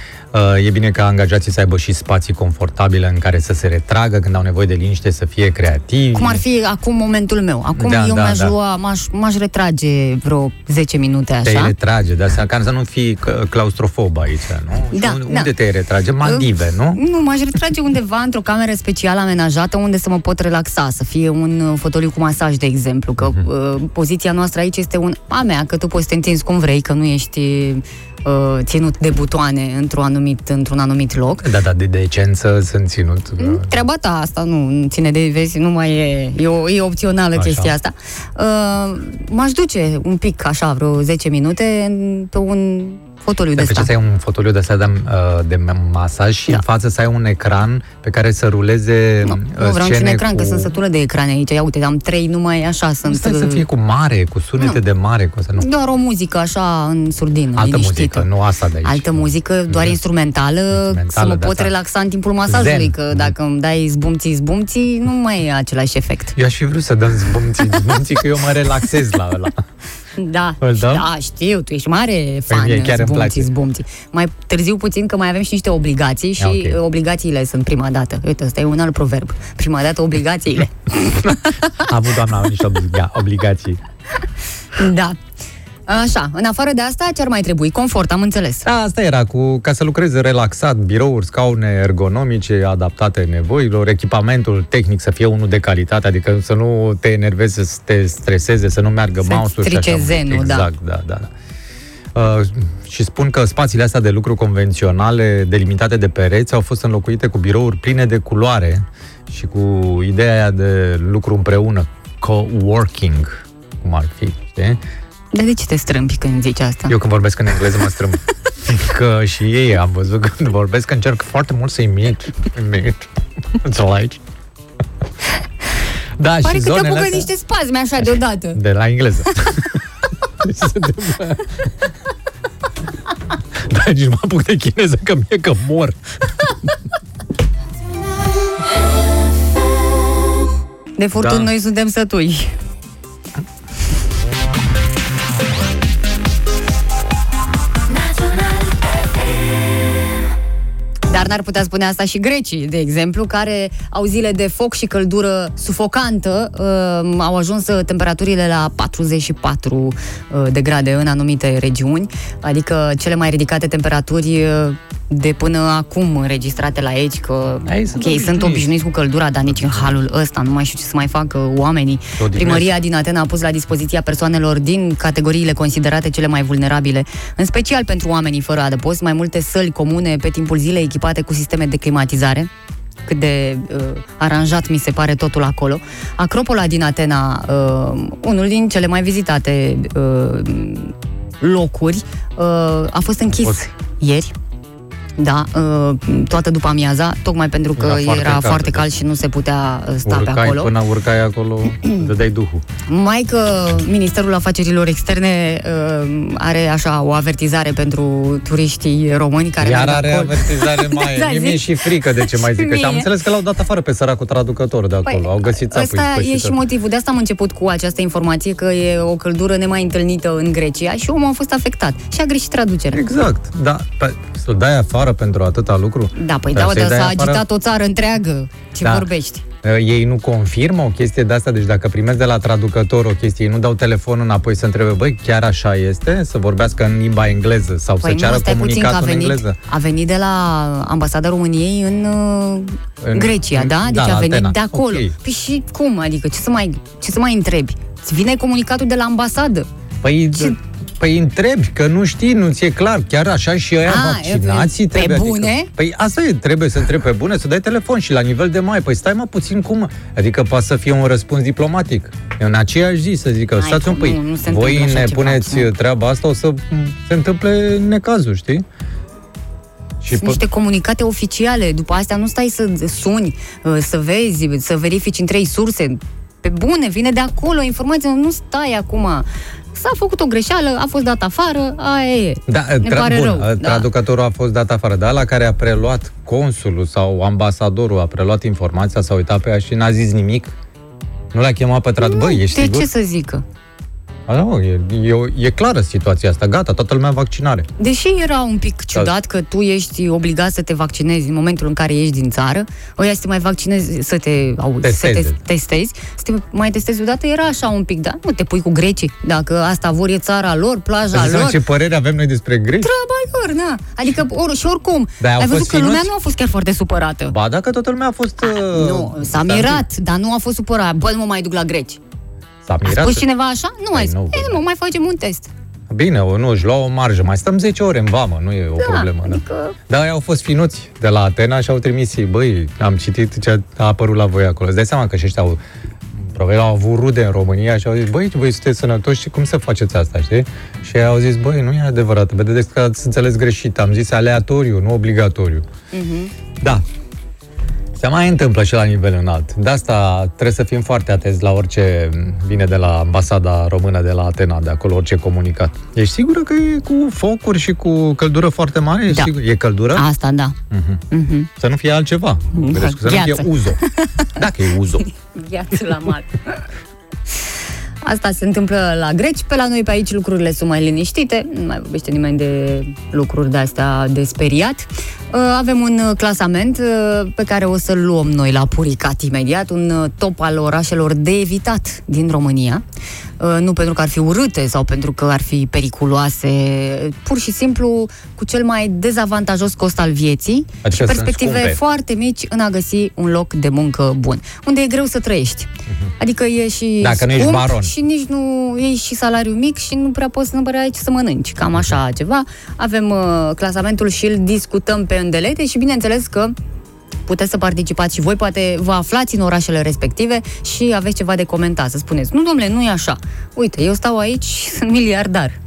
S3: Uh, E bine ca angajații să aibă și spații confortabile în care să se retragă când au nevoie de liniște, să fie creativi.
S4: Cum ar fi acum momentul meu? Acum
S3: Da,
S4: eu
S3: da,
S4: mi-aș,
S3: da.
S4: lua, m-aș, m-aș retrage vreo 10 minute
S3: Te
S4: așa.
S3: retrage, dar să- ca să nu fii c- claustrofob aici, nu? Și
S4: Da,
S3: unde,
S4: da.
S3: unde te retrage? Maldive, nu?
S4: <laughs> Nu, m-aș retrage undeva într-o cameră special amenajată unde să mă pot relaxa, să fie un uh, fotoliu cu masaj, de exemplu, că
S3: Mhm.
S4: uh, poziția noastră aici este un a mea, că tu poți să te întinzi cum vrei, că nu ești uh, ținut de butoane într-un anumit, într-un anumit loc.
S3: Da, da, de decență sunt ținut. da.
S4: Treaba ta asta nu ține de, vezi, nu mai e, e, o- e opțională
S3: Așa.
S4: așa. chestia asta. Uh, m-aș duce un pic, așa, vreo 10 minute în- pe un fotoliu
S3: Dar
S4: de
S3: pe ce
S4: ăsta.
S3: să ai un fotoliu de asta de, uh, de masaj și da. în față să ai un ecran pe care să ruleze nu,
S4: Nu vreau niciun
S3: scene
S4: ecran,
S3: cu...
S4: că sunt sătulă de ecrane aici. Ia uite, am trei numai așa, sunt... uh,
S3: Stai să fie cu mare, cu sunete de mare, cu asta, nu.
S4: Doar o muzică așa în surdină,
S3: Altă
S4: liniștită.
S3: muzică, nu asta de aici.
S4: Altă muzică, doar instrumentală, să mă
S3: de
S4: pot
S3: asta.
S4: relaxa în timpul masajului,
S3: da. Zen.
S4: că dacă îmi dai zbumții, zbumții, nu mai e același efect.
S3: Eu aș fi vrut să dăm zbumții, zbumții, că eu mă relaxez la <laughs> ăla.
S4: Da,
S3: Îl dăm?
S4: da, știu, tu ești mare
S3: Păi
S4: fan
S3: mie chiar îmi place.
S4: zbumții, zbumții. Mai târziu puțin că mai avem și niște obligații și
S3: Ia, ok.
S4: okay. obligațiile sunt prima dată. Uite, ăsta e un alt proverb. Prima
S3: <laughs>
S4: dată obligațiile.
S3: A avut doamna niște obliga- obligații.
S4: da. Așa, în afară de asta, ce ar mai trebui? Confort, am înțeles.
S3: Da, asta era cu, ca să lucreze relaxat, birouri, scaune ergonomice adaptate nevoilor, echipamentul tehnic să fie unul de calitate, adică să nu te enerveze, să te streseze, să nu meargă
S4: Să-ți
S3: mouse-ul și așa.
S4: strice zenul, da.
S3: exact, da. da, da. Uh, și spun că spațiile astea de lucru convenționale, delimitate de pereți, au fost înlocuite cu birouri pline de culoare și cu ideea aia de lucru împreună, co-working, cum ar fi, știi?
S4: Dar de ce te strâmbi când zici asta?
S3: Eu când vorbesc în engleză mă strâmb. că și ei am văzut când vorbesc, că încerc foarte mult să imit. Imit. Înțelegi? Da,
S4: Pare
S3: și
S4: că te
S3: zonele
S4: apucă
S3: astea
S4: niște spasme așa deodată.
S3: de la engleză. da, nici nu mă apuc de chineză, că mi-e că mor.
S4: De furtuni
S3: Da.
S4: noi suntem sătui. Dar n-ar putea spune asta și grecii, de exemplu, care au zile de foc și căldură sufocantă. Uh, au ajuns uh, temperaturile la 44 uh, de grade în anumite regiuni, adică cele mai ridicate temperaturi uh, de până acum înregistrate la aici, că
S3: Ei, sunt
S4: sunt, okay, sunt
S3: obișnuiți.
S4: obișnuiți cu căldura, dar nici în halul ăsta nu mai știu ce să mai facă oamenii.
S3: odihnesc.
S4: Primăria din Atena a pus la dispoziția persoanelor din categoriile considerate cele mai vulnerabile, în special pentru oamenii fără adăpost, mai multe săli comune pe timpul zilei echipate cu sisteme de climatizare cât de uh, aranjat mi se pare totul acolo. Acropola din Atena, uh, unul din cele mai vizitate uh, locuri, uh, a fost închis
S3: fost.
S4: ieri. Da, uh, toată după amiaza, tocmai pentru că
S3: Era
S4: era
S3: foarte
S4: foarte,
S3: cald,
S4: foarte
S3: da.
S4: cald și nu se putea uh, sta pe
S3: urcai
S4: acolo.
S3: până urcai acolo, dădeai duhul.
S4: Mai că Ministerul Afacerilor Externe uh, are așa o avertizare pentru turiștii români care
S3: Iar
S4: merg
S3: are
S4: acolo.
S3: avertizare mai.
S4: <laughs> Da,
S3: Mie mi-e
S4: zic.
S3: și frică de ce mai
S4: Și
S3: zic ăștia. Am
S4: mie.
S3: înțeles că l-au dat afară pe săracul traducător de acolo. Au găsit țapul
S4: Asta Păi, e
S3: ispășitor.
S4: și motivul. De asta am început cu această informație că e o căldură nemai întâlnită în Grecia și omul a fost afectat. Și a greșit traducerea.
S3: Exact, da. Pe, să dai afară pentru atâta lucru.
S4: Da, păi
S3: Dar
S4: da,
S3: să-i
S4: dar
S3: dai
S4: s-a
S3: afară-
S4: agitat o țară întreagă. Ce
S3: Da.
S4: vorbești?
S3: Uh, Ei nu confirmă o chestie de asta, deci dacă primesc de la traducător o chestie, ei nu dau telefonul înapoi să întrebe, băi, chiar așa este? Să vorbească în limba engleză sau să
S4: Păi
S3: ceară
S4: nu, stai puțin că a
S3: comunicatul în
S4: venit,
S3: engleză?
S4: a venit de la ambasada României în, uh,
S3: În-
S4: Grecia,
S3: în-
S4: da? Deci
S3: da, la
S4: a venit
S3: Atena.
S4: de acolo.
S3: Ok.
S4: Păi și cum? Adică ce să mai, ce să mai întrebi? Îți vine comunicatul de la ambasadă.
S3: Păi, păi întrebi, că nu știi, nu ți e clar, chiar așa și ăia
S4: A,
S3: vaccinații
S4: Ah, e- pe
S3: trebuie.
S4: bune?
S3: Adică, păi asta e, trebuie să întrebi pe bune, să dai telefon și la nivel de mai. Păi stai mă puțin cum, adică poate să fie un răspuns diplomatic. În aceeași zi să zică,
S4: Hai,
S3: stați un
S4: nu,
S3: pui,
S4: nu se întâmplă
S3: voi
S4: așa
S3: ne
S4: ceva,
S3: puneți
S4: nu.
S3: treaba asta, o să m, se întâmple necazul, știi? Și
S4: Sunt niște comunicate oficiale. După astea nu stai să suni, uh, să vezi, să verifici în trei surse. Pe bune, vine de acolo informația, nu stai acum. S-a făcut o greșeală, a fost dat afară, aia e.
S3: Da,
S4: Ne
S3: tra-
S4: pare
S3: bun,
S4: rău,
S3: ă,
S4: da.
S3: traducătorul a fost dat afară, dar la care a preluat consulul sau ambasadorul a preluat informația, s-a uitat pe ea și n-a zis nimic. Nu l-a chemat pe trad, băi, ești
S4: de
S3: sigur?
S4: ce să Deci zică?
S3: A, nu, e, e, e clară situația asta, gata, toată lumea vaccinare.
S4: Deși era un
S3: Da.
S4: pic ciudat că tu ești obligat să te vaccinezi în momentul în care ieși din țară, ăia să te mai vaccinezi, să te, auzi,
S3: Testeze.
S4: să te testezi, să te mai testezi odată, era așa un pic, dar nu te pui cu grecii. Dacă asta vor e țara lor, plaja
S3: Îți dai
S4: lor,
S3: seama Exact, ce părere avem noi despre greci?
S4: treaba lor, na. Adică, or, și oricum,
S3: Da, au
S4: ai văzut
S3: fost
S4: că lumea
S3: finuți?
S4: nu a fost chiar foarte supărată.
S3: Ba, dacă toată lumea a fost... uh,
S4: Nu, s-a mirat, dar nu a fost supărat. Bă, nu mă mai duc la greci.
S3: S-a
S4: A
S3: mirat. Păi
S4: spus cineva așa? Nu ai zis.
S3: nu, da.
S4: Ei, nu, mai facem un test. Ah,
S3: Bine, o, nu, își lua o marjă. Mai stăm 10 ore în vamă, nu e o
S4: Da,
S3: problemă. Adică... Da, ei au fost finuți de la Atena și au trimis, ei, băi, am citit ce a apărut la voi acolo. Îți dai seama că și ăștia au, probabil au avut rude în România și au zis, băi, voi sunteți sănătoși și cum să faceți asta, știi? Și ei au zis, băi, nu e adevărat, vedeți că ați înțeles greșit, am zis aleatoriu, nu obligatoriu. Da. Se mai întâmplă și la nivel înalt. De asta trebuie să fim foarte atenți la orice vine de la ambasada română de la Atena, de acolo, orice comunicat. Ești sigură că e cu focuri și cu căldură foarte mare? Ești
S4: Da.
S3: sigur? E căldură?
S4: Asta, da.
S3: Mhm.
S4: Mhm.
S3: Să nu fie altceva. Vedeți, să nu fie
S4: Gheață.
S3: uzo. Dacă e uzo.
S4: Gheață la mat. Asta se întâmplă la greci, pe la noi pe aici lucrurile sunt mai liniștite, nu mai vorbește nimeni de lucruri de astea de speriat. Uh, Avem un uh, clasament uh, pe care o să-l luăm noi la Puricat imediat, un uh, top al orașelor de evitat din România. Uh, Nu pentru că ar fi urâte sau pentru că ar fi periculoase, pur și simplu cu cel mai dezavantajos cost al vieții
S12: Adică
S4: și
S12: sunt
S4: perspective
S12: scumpe.
S4: foarte mici în a găsi un loc de muncă bun, unde e greu să trăiești. Adică e și
S3: Mhm. Dacă nu ești
S4: scump
S3: baron.
S4: și nici nu e și salariu mic și nu prea poți să cumpări aici să mănânci. Cam așa
S3: Mhm.
S4: ceva. Avem uh, clasamentul și îl discutăm pe îndelete și bineînțeles că puteți să participați și voi, poate vă aflați în orașele respective și aveți ceva de comentat, să spuneți. Nu, domnule, nu e așa. Uite, eu stau aici <laughs> și sunt miliardar.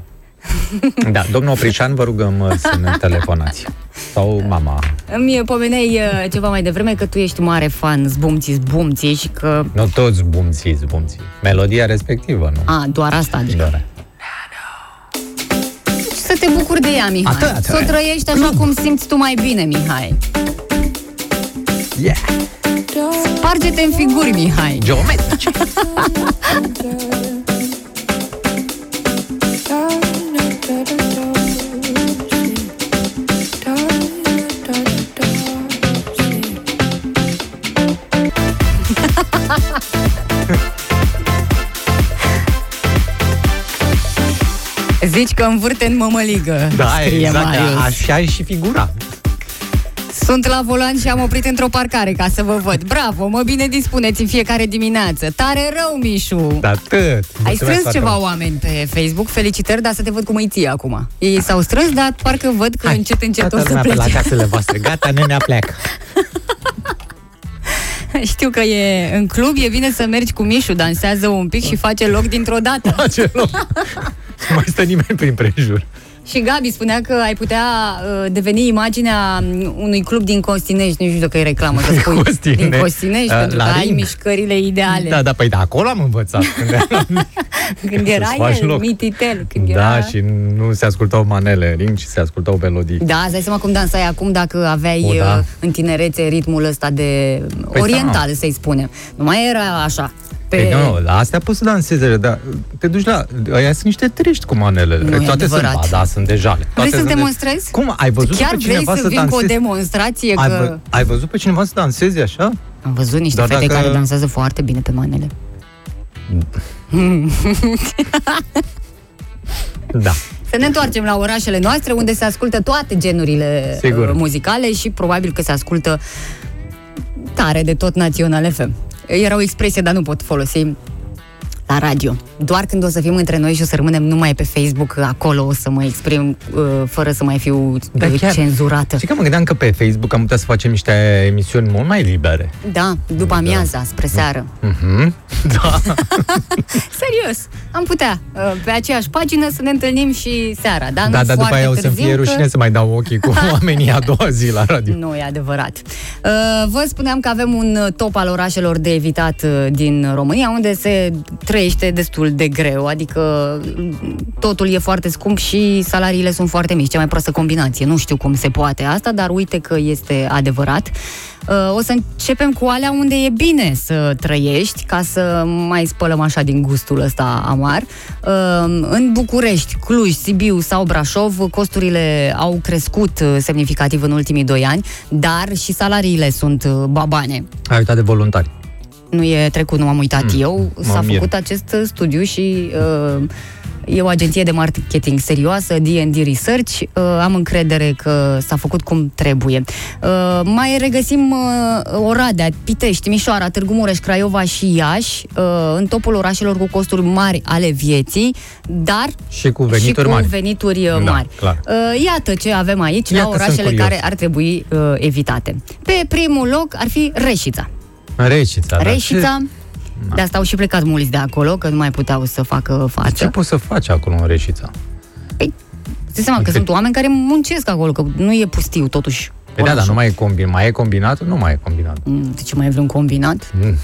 S3: Da, domnul Oprișan, vă rugăm uh, să ne telefonați. Sau mama.
S4: Îmi pomeneai uh, ceva mai devreme că tu ești mare fan zbumții zbumții și că...
S3: Nu toți bumții, zbumții. Melodia respectivă, nu? Da.
S4: A, doar asta, adică.
S3: Doar.
S4: Și să te bucuri de ea, Mihai.
S3: Atât.
S4: Să o trăiești așa cum simți tu mai bine, Mihai.
S3: Yeah.
S4: Sparge-te în figuri, Mihai.
S3: Geometrice.
S4: Zici că învârte în mămăligă.
S3: Da,
S4: scrie
S3: exact.
S4: Marius.
S3: Așa e și figura.
S4: Sunt la volan și am oprit într-o parcare ca să vă văd. Bravo, mă bine dispuneți în fiecare dimineață. Tare rău, Mișu!
S3: Da, atât.
S4: Ai
S3: Mulțumesc
S4: strâns
S3: foarte
S4: ceva
S3: mult.
S4: oameni pe Facebook, felicitări, dar să te văd cu măiții acum. Ei s-au strâns, dar parcă văd că încet, încet o
S3: Toată
S4: să
S3: lumea pe la
S4: plece.
S3: casele voastre. Gata, nenea <laughs> pleacă.
S4: <laughs> Știu că e în club, e bine să mergi cu Mișu, dansează un pic și face loc dintr-o dată.
S3: <laughs> Face loc. Nu mai stă nimeni prin prejur.
S4: Și Gabi spunea că ai putea uh, deveni imaginea um, unui club din Costinești, nu știu dacă e reclamă să spui.
S3: Costinești.
S4: Din Costinești,
S3: Uh,
S4: pentru
S3: la
S4: că ai
S3: Rim.
S4: mișcările ideale.
S3: Da, da, păi da, acolo am
S4: <laughs>
S3: învățat. Când eram
S4: Când
S3: să-ți
S4: erai
S3: faci
S4: el
S3: loc.
S4: mititel, când era...
S3: da, și nu se ascultau manele în ring, ci se ascultau melodii.
S4: Da, îți dai seama cum dansai acum dacă aveai
S3: O,
S4: o,
S3: da.
S4: da. în tinerețe ritmul ăsta de
S3: Păi
S4: oriental, să-i spunem. Nu mai era așa. Pe...
S3: Păi nu, la astea poți să danseze, dar te duci la... Aia sunt niște triști cu manelele.
S4: Nu e
S3: Toate
S4: adevărat.
S3: sunt, ba, da, sunt deja.
S4: Vrei să-ți
S3: demonstrezi?
S4: demonstrezi?
S3: Cum? Ai văzut
S4: Chiar
S3: pe
S4: vrei
S3: cineva
S4: să
S3: să
S4: vin cu o
S3: dansezi?
S4: demonstrație
S3: Ai,
S4: că...
S3: vă, ai văzut pe cineva să danseze așa?
S4: Am văzut niște
S3: Dar
S4: fete
S3: dacă-
S4: care dansează foarte bine pe manele.
S3: Da.
S4: Să ne întoarcem la orașele noastre, unde se ascultă toate genurile
S3: Sigur.
S4: uh, muzicale și probabil că se ascultă tare de tot Național FM. Era o expresie, dar nu pot folosi la radio. Doar când o să fim între noi și o să rămânem numai pe Facebook, acolo o să mă exprim uh, fără să mai fiu uh, cenzurată.
S3: Știi că mă gândeam că pe Facebook am putea să facem niște emisiuni mult mai libere.
S4: Da, după amiaza, spre seară.
S3: Mhm. <laughs> Da.
S4: <laughs> Serios, am putea uh, pe aceeași pagină să ne întâlnim și seara, da?
S3: da,
S4: nu
S3: dar după
S4: foarte
S3: aia o să-mi
S4: târziu,
S3: fie
S4: că- Mm.
S3: rușine să mai dau ochii
S4: <laughs>
S3: cu oamenii a doua zi la radio.
S4: Nu, e adevărat. Uh, Vă spuneam că avem un uh, top al orașelor de evitat uh, din România, unde se tre- trăiește destul de greu, adică totul e foarte scump și salariile sunt foarte mici, cea mai proastă combinație. Nu știu cum se poate asta, dar uite că este adevărat. Uh, O să începem cu alea unde e bine să trăiești, ca să mai spălăm așa din gustul ăsta amar. Uh, În București, Cluj, Sibiu sau Brașov, costurile au crescut uh, semnificativ în ultimii doi ani, dar și salariile sunt uh, babane
S3: Ai uitat de voluntari.
S4: nu e trecut, nu am uitat mm, eu,
S3: Hmm. m-am
S4: s-a
S3: mirat.
S4: făcut acest uh, studiu și uh, e o agenție de marketing serioasă, D&D Research, uh, am încredere că s-a făcut cum trebuie. Uh, mai regăsim uh, Oradea, Pitești, Timișoara, Târgu Mureș, Craiova și Iași, uh, în topul orașelor cu costuri mari ale vieții, dar
S3: Și cu
S4: și
S3: venituri
S4: cu
S3: mari.
S4: venituri uh, mari.
S3: Da, clar.
S4: Uh, Iată ce avem aici
S3: Iată,
S4: la
S3: sunt
S4: orașele
S3: curios.
S4: care ar trebui uh, evitate. Pe primul loc ar fi Reșița.
S3: Reșița. dar Da.
S4: Reșița. De asta au și plecat mulți de acolo, că nu mai puteau să facă față.
S3: Ce, ce poți să faci acolo în Reșița?
S4: Îți dai seama că
S3: Adică-
S4: sunt oameni care muncesc acolo, că nu e pustiu totuși.
S3: Păi da, dar nu mai e combinat. Mai e combinat? Nu mai e combinat.
S4: Mm, De ce mai e vreun combinat?
S3: Mm.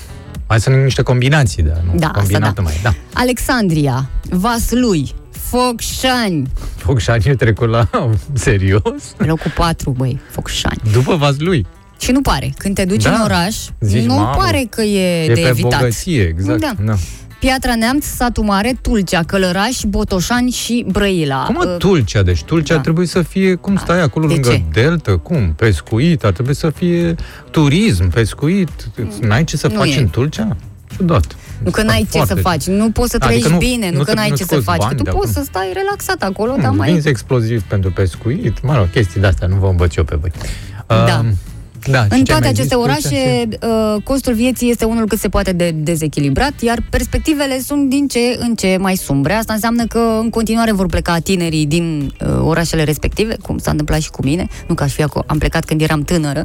S3: Mai sunt niște combinații, dar nu
S4: Da, asta
S3: combinat
S4: da.
S3: nu mai e. Da.
S4: Alexandria, Vaslui, Focșani.
S3: Focșani e trecut la <laughs> serios.
S4: Pe locul 4, băi, Focșani.
S3: După Vaslui.
S4: Și nu pare. Când te duci
S3: Da.
S4: în oraș,
S3: Zici,
S4: nu
S3: mamă,
S4: pare că e,
S3: E,
S4: de
S3: pe
S4: evitat.
S3: bogăție, exact.
S4: Da.
S3: Da.
S4: Piatra Neamț, Satu Mare, Tulcea, Călăraș, Botoșani și Brăila.
S3: Cum
S4: Uh,
S3: mă, Tulcea? Deci Tulcea da. ar trebui să fie, cum stai acolo
S4: de
S3: lângă
S4: ce?
S3: delta, cum, pescuit, ar trebui să fie turism, pescuit. N-ai ce să
S4: Nu
S3: faci
S4: e.
S3: în Tulcea? Ciudat.
S4: Nu că n-ai ce
S3: Foarte
S4: să faci, nu poți să
S3: Adică
S4: trăiești
S3: nu-
S4: bine, nu,
S3: nu
S4: că
S3: te-
S4: n-ai
S3: nu
S4: ce să
S3: scoți
S4: faci, că
S3: bani
S4: tu
S3: de
S4: poți
S3: acolo.
S4: să stai relaxat acolo, dar
S3: Mm,
S4: mai...
S3: Vinzi exploziv pentru pescuit, mă rog, chestii de-astea, nu vă învăț eu pe voi.
S4: Da.
S3: Um, da și
S4: În
S3: ce
S4: toate
S3: mi-ai
S4: aceste
S3: zis, Tulcea
S4: orașe,
S3: și-
S4: uh, costul vieții este unul cât se poate de dezechilibrat, iar perspectivele sunt din ce în ce mai sumbre. Asta înseamnă că în continuare vor pleca tinerii din uh, orașele respective, cum s-a întâmplat și cu mine. Nu că aș fi acolo, am plecat când eram tânără.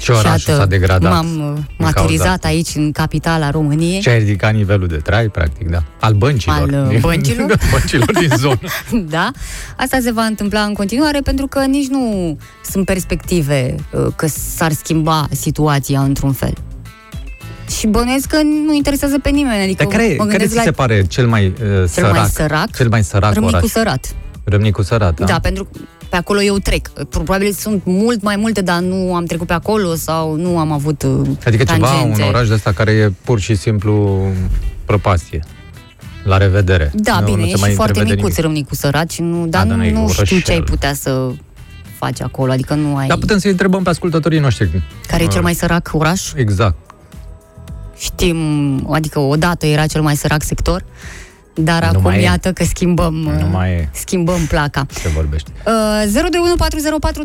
S3: Și orașul
S4: iată,
S3: s-a degradat
S4: M-am uh,
S3: din
S4: maturizat
S3: cauza.
S4: aici, în capitala României.
S3: Și ai ridicat nivelul de trai, practic, da. Al băncilor.
S4: Al, uh, băncilor?
S3: <laughs> băncilor din zonă.
S4: <laughs> da? Asta se va întâmpla în continuare pentru că nici nu sunt perspective uh, că s-ar schimba situația într-un fel. Și bănuiesc că nu interesează pe nimeni. Adică
S3: <laughs> Dar care,
S4: mă
S3: care
S4: gândesc
S3: ți
S4: la
S3: se pare cel mai uh,
S4: cel
S3: sărac?
S4: mai sărac,
S3: Cel mai sărac
S4: Râmnicu
S3: oraș.
S4: Sărat.
S3: Râmnicu Sărat, da?
S4: Da. da, pentru că pe acolo eu trec. Uh, Probabil sunt mult mai multe, dar nu am trecut pe acolo sau nu am avut uh,
S3: Adică ceva,
S4: tangențe.
S3: un oraș de ăsta care e pur și simplu prăpastie. La revedere.
S4: Da,
S3: Nu-
S4: bine,
S3: nu se
S4: e
S3: mai
S4: și foarte
S3: întrevede
S4: micuț
S3: nimic.
S4: Râmnicu Sărat, și nu, dar
S3: dar nu
S4: nu,
S3: e
S4: nu știu
S3: orășel.
S4: ce ai putea să faci acolo, adică nu ai...
S3: Dar putem să-i întrebăm pe ascultătorii noștri.
S4: Care e cel mai sărac oraș?
S3: Exact.
S4: Știm, adică odată era cel mai sărac sector, dar acum
S3: mai e.
S4: iată că schimbăm, uh,
S3: Nu mai e
S4: schimbăm placa.
S3: ce vorbește.
S4: Uh,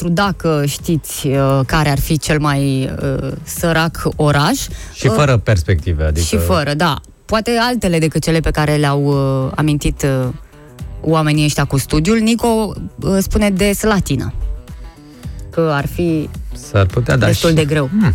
S4: 021404244 dacă știți uh, care ar fi cel mai uh, sărac oraș.
S3: Și
S4: Uh,
S3: fără perspective, adică...
S4: Și fără, da. Poate altele decât cele pe care le-au uh, amintit uh, oamenii ăștia cu studiul. Nico uh, spune de Slatina. Că ar fi
S3: S-ar putea, da.
S4: destul
S3: și-
S4: de greu.
S3: Hmm.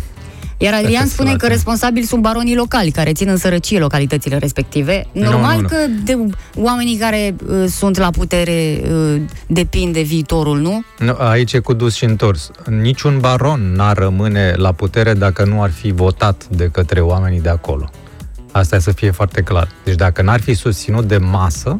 S4: Iar Adrian
S3: Dacă
S4: spune
S3: sunt
S4: că
S3: alte.
S4: responsabili sunt baronii locali care țin în sărăcie localitățile respective.
S3: Nu,
S4: Normal
S3: nu, nu.
S4: că de oamenii care uh, sunt la putere uh, depinde viitorul, nu?
S3: Nu, aici e cu dus și întors. Niciun baron n-ar rămâne la putere dacă nu ar fi votat de către oamenii de acolo. Asta e să fie foarte clar. Deci dacă n-ar fi susținut de masă,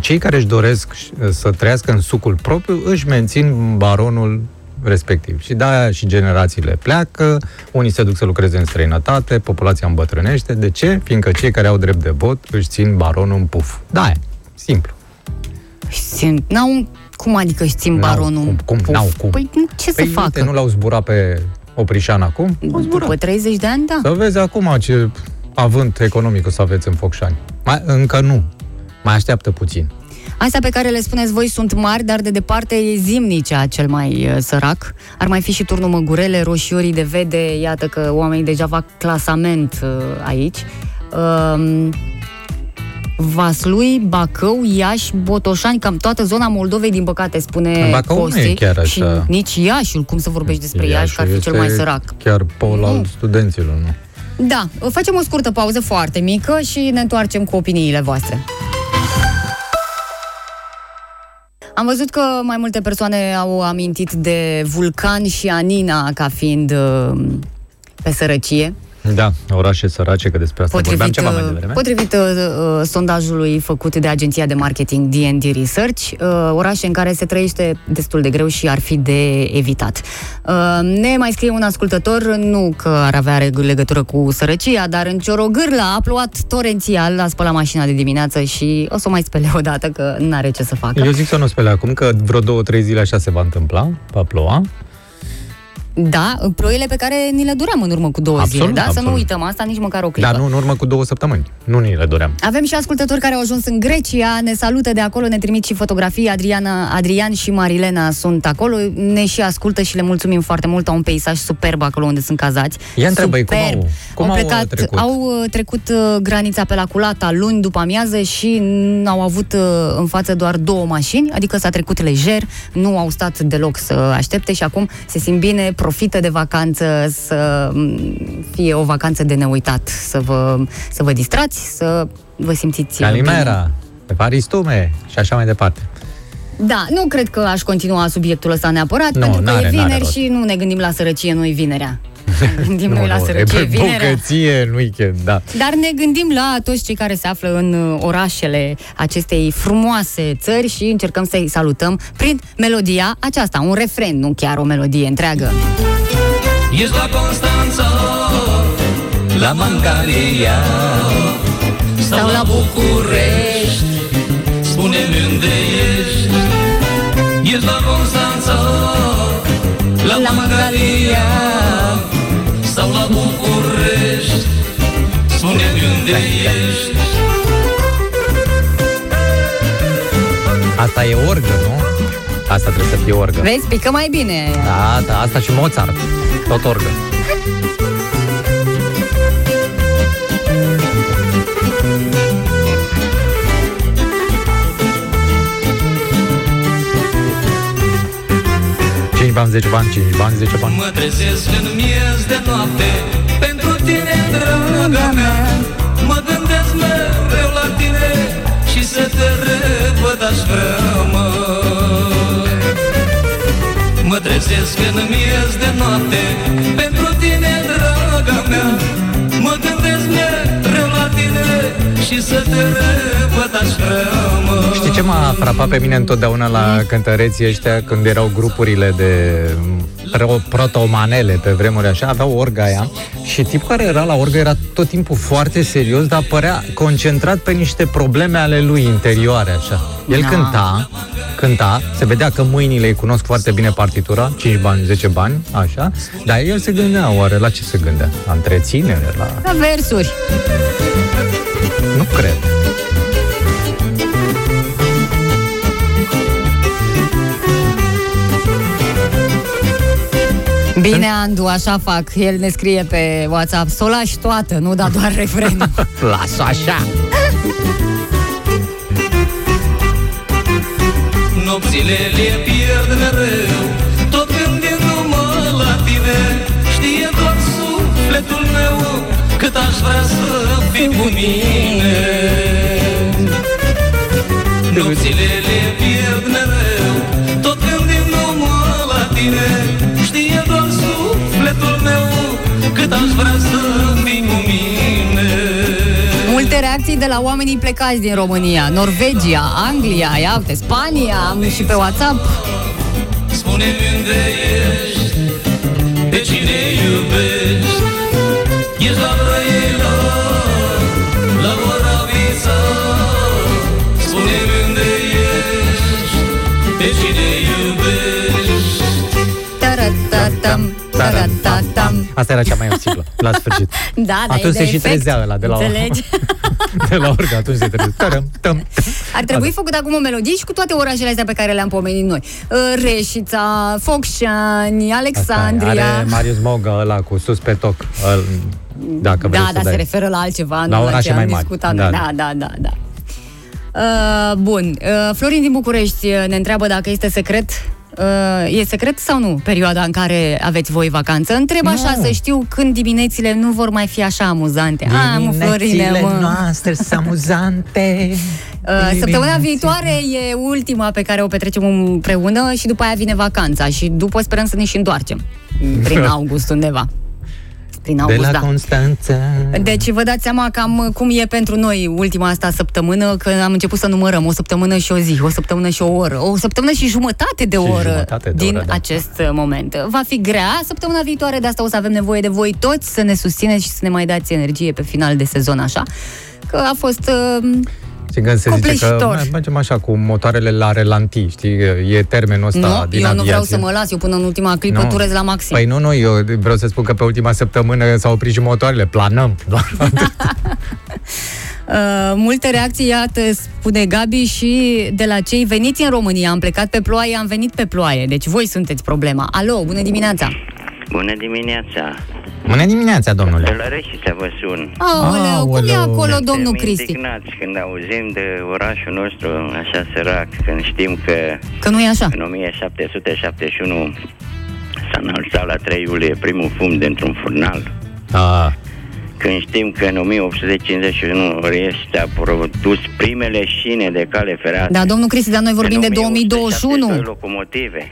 S3: cei care își doresc uh, să trăiască în sucul propriu își mențin baronul respectiv. Și de-aia și generațiile pleacă, unii se duc să lucreze în străinătate, populația îmbătrânește. De ce? Fiindcă cei care au drept de vot își țin baronul în puf. Da, simplu.
S4: Și țin- N-au un- cum adică își țin
S3: N-au
S4: baronul?
S3: cum, cum,
S4: puf?
S3: n-au cum.
S4: Păi nu, ce
S3: păi,
S4: să
S3: uite,
S4: facă?
S3: nu l-au zburat pe Oprișan acum? Au zburat.
S4: După 30 de ani, da.
S3: Să vezi acum ce avânt economic o să aveți în Focșani. Mai, încă nu. Mai așteaptă puțin.
S4: Astea pe care le spuneți voi sunt mari, dar de departe e Zimnicea cel mai uh, sărac. Ar mai fi și turnul Măgurele, Roșiorii de Vede, iată că oamenii deja fac clasament uh, aici. Um, Vaslui, Bacău, Iași, Botoșani, cam toată zona Moldovei, din păcate, spune
S3: Bacău nu e
S4: Costi.
S3: chiar
S4: Și
S3: așa.
S4: nici Iașiul, cum să vorbești despre Iași, că ar fi
S3: Iașul
S4: cel mai
S3: este
S4: sărac. Mm.
S3: Chiar pol al studenților, nu?
S4: Da, facem o scurtă pauză foarte mică și ne întoarcem cu opiniile voastre. Am văzut că mai multe persoane au amintit de Vulcan și Anina ca fiind uh, pe sărăcie.
S3: Da, orașe sărace, că despre asta vorbeam ceva mai
S4: uh,
S3: devreme.
S4: potrivit uh, uh, sondajului făcut de agenția de marketing D&D Research, uh, orașe în care se trăiește destul de greu și ar fi de evitat. Uh, ne mai scrie un ascultător, nu că ar avea reg- legătură cu sărăcia, dar în Ciorogârla a plouat torențial, a spălat mașina de dimineață și o să o mai spele <laughs> o dată că n-are ce să facă.
S3: Eu zic să nu o spele acum, că vreo două, trei zile așa se va întâmpla, va ploua.
S4: Da, ploile pe care ni le duream în urmă cu două
S3: Absolut,
S4: zile, da? Să nu
S3: absolut.
S4: uităm asta nici măcar o clipă.
S3: Dar nu în urmă cu două săptămâni. Nu ni le doream.
S4: Avem și ascultători care au ajuns în Grecia, ne salută de acolo, ne trimit și fotografii. Adriana, Adrian și Marilena sunt acolo, ne și ascultă și le mulțumim foarte mult. Au un peisaj superb acolo unde sunt cazați.
S3: Ia întreabă-i cum
S4: Superb.
S3: au- cum
S4: au,
S3: au, uh,
S4: plecat,
S3: trecut?
S4: Au uh, trecut uh, granița pe la Culata luni după amiază și n- au avut uh, în față doar două mașini, adică s-a trecut lejer, nu au stat deloc să aștepte și acum se simt bine, profită de vacanță, să mm, fie o vacanță de neuitat, să vă, să vă distrați, să vă simțiți uh, bine.
S3: Calimera, pe Paris Tume și așa mai departe.
S4: Da, nu cred că aș continua subiectul ăsta neapărat,
S3: Nu,
S4: pentru că
S3: n-are-
S4: e
S3: n-are
S4: vineri
S3: rost.
S4: și nu ne gândim la sărăcie, nu-i
S3: <laughs>
S4: vinerea. Ne gândim
S3: Nu,
S4: noi la
S3: nu, e
S4: sărăcie,
S3: pe
S4: vinerea.
S3: bucăție în weekend, da.
S4: Dar ne gândim la toți cei care se află în uh, orașele acestei frumoase țări și încercăm să-i salutăm prin melodia aceasta, un refren, nu chiar o melodie întreagă.
S12: Ești la Constanța, la Mangalia Sau la București, spune-mi unde ești Ești la Constanța, la, la Mangalia Sau la București, spune-mi unde ești
S3: Asta e orgă, nu? Asta trebuie să fie orgă.
S4: Vezi, pică mai bine.
S3: Da, da, asta și Mozart. Tot orgă. Cinci bani, 10 bani, 5 bani, 10 bani.
S12: Mă trezesc în miez de noapte Pentru tine, draga mea Mă gândesc mereu la tine Și să te revăd aș vrea, mă Mă trezesc în miez de noapte Pentru tine, draga mea Mă gândesc mereu la tine Și să te revăd aș vrea, mă
S3: Știi ce m-a frapat pe mine întotdeauna la cântăreții ăștia când erau grupurile de pro- protomanele pe vremuri așa, aveau orga aia și tipul care era la orga era tot timpul foarte serios, dar părea concentrat pe niște probleme ale lui interioare așa. El
S13: Da.
S3: cânta, cânta, se vedea că mâinile îi cunosc foarte bine partitura, 5 bani, 10 bani, așa, dar el se gândea oare la ce se gândea? La întreținere, la...
S4: La versuri.
S3: Nu cred.
S4: Bine, Andu, așa fac. El ne scrie pe WhatsApp, să o lași toată, nu da doar refrenul.
S3: Las-o așa.
S12: Nopțile le pierd mereu Tot gândindu-mă la tine Știe tot sufletul meu Cât aș vrea să fii cu mine Nopțile le pierd mereu Tot gândindu-mă la tine Știe tot sufletul meu Cât aș vrea să fii cu mine
S4: Multe reacții de la oamenii plecați din România, Norvegia, Anglia, ia uite, Spania, am și pe WhatsApp.
S12: Spune-mi unde ești, pe cine iubești Ești la Brăila, la Moravița Spune-mi unde ești, pe cine iubești
S4: Taratatam, taratatam.
S3: Asta era cea mai obțilă, la sfârșit.
S4: Da, da, e
S3: Atunci
S4: de
S3: se și
S4: efect.
S3: trezea ăla de la,
S4: Înțelegi?
S3: <laughs> de la orga, atunci se trezea. Tărăm, tăm.
S4: Ar trebui făcut acum o melodie și cu toate orașele astea pe care le-am pomenit noi. Uh, Reșița, Focșani, Alexandria.
S3: Are Marius Moga ăla cu sus pe toc. Îl- Dacă vrei
S4: da,
S3: să
S4: dar
S3: dai.
S4: se referă la altceva,
S3: La
S4: nu la
S3: orașe
S4: ce am
S3: mai mari.
S4: discutat.
S3: Da,
S4: Da, da, da, da. da. Uh, bun, uh, Florin din București uh, ne întreabă dacă este secret Uh, e secret sau nu perioada în care aveți voi vacanță? Întreb așa
S3: Nu.
S4: să știu când diminețile nu vor mai fi așa amuzante. Ah, mă, Florine,
S3: Diminețile
S4: mă.
S3: noastre sunt amuzante.
S4: Uh, Săptămâna
S3: Diminețile.
S4: viitoare e ultima pe care o petrecem împreună și
S3: <laughs>
S4: după aia vine vacanța și după sperăm să ne și întoarcem prin august undeva. Prin
S3: de
S4: august,
S3: la
S4: da.
S3: Constanța.
S4: Deci vă dați seama cam cum e pentru noi ultima asta săptămână, că am început să numărăm o săptămână și o zi, o săptămână și o oră, o săptămână și jumătate de
S3: Și
S4: oră
S3: jumătate de
S4: din
S3: oră, da.
S4: acest uh, moment. Va fi grea săptămâna viitoare, de asta o să avem nevoie de voi toți să ne susțineți și să ne mai dați energie pe final de sezon, așa. Că a fost... Uh,
S3: Și când se zice că
S4: Copleșitor.
S3: mai mergem așa cu motoarele la relanti, știi, e termenul ăsta
S4: nu, eu
S3: din aviație.
S4: nu vreau să mă las, eu până în ultima clipă
S3: Nu.
S4: no. turez la maxim.
S3: Păi nu, nu, eu vreau să spun că pe ultima săptămână s-au oprit și motoarele, planăm. <laughs> doar.
S4: Uh, multe reacții, iată, spune Gabi și de la cei veniți în România. Am plecat pe ploaie, am venit pe ploaie. Deci voi sunteți problema. Alo, bună dimineața!
S5: Bună dimineața!
S3: Bună dimineața,
S5: De
S3: domnule!
S5: la Reșița vă sun.
S4: Aoleu, cum e acolo domnul
S5: Suntem
S4: Cristi?
S5: indignați când auzim de orașul nostru așa sărac, când știm că
S4: Că nu e așa.
S5: în 1771 s-a înălțat la 3 iulie primul fum dintr-un furnal.
S3: A.
S5: Când știm că în 1851 Reșița a produs primele șine de cale ferată.
S4: Da, domnul Cristi, dar noi vorbim de
S5: În
S4: 2021.
S5: 1872 locomotive.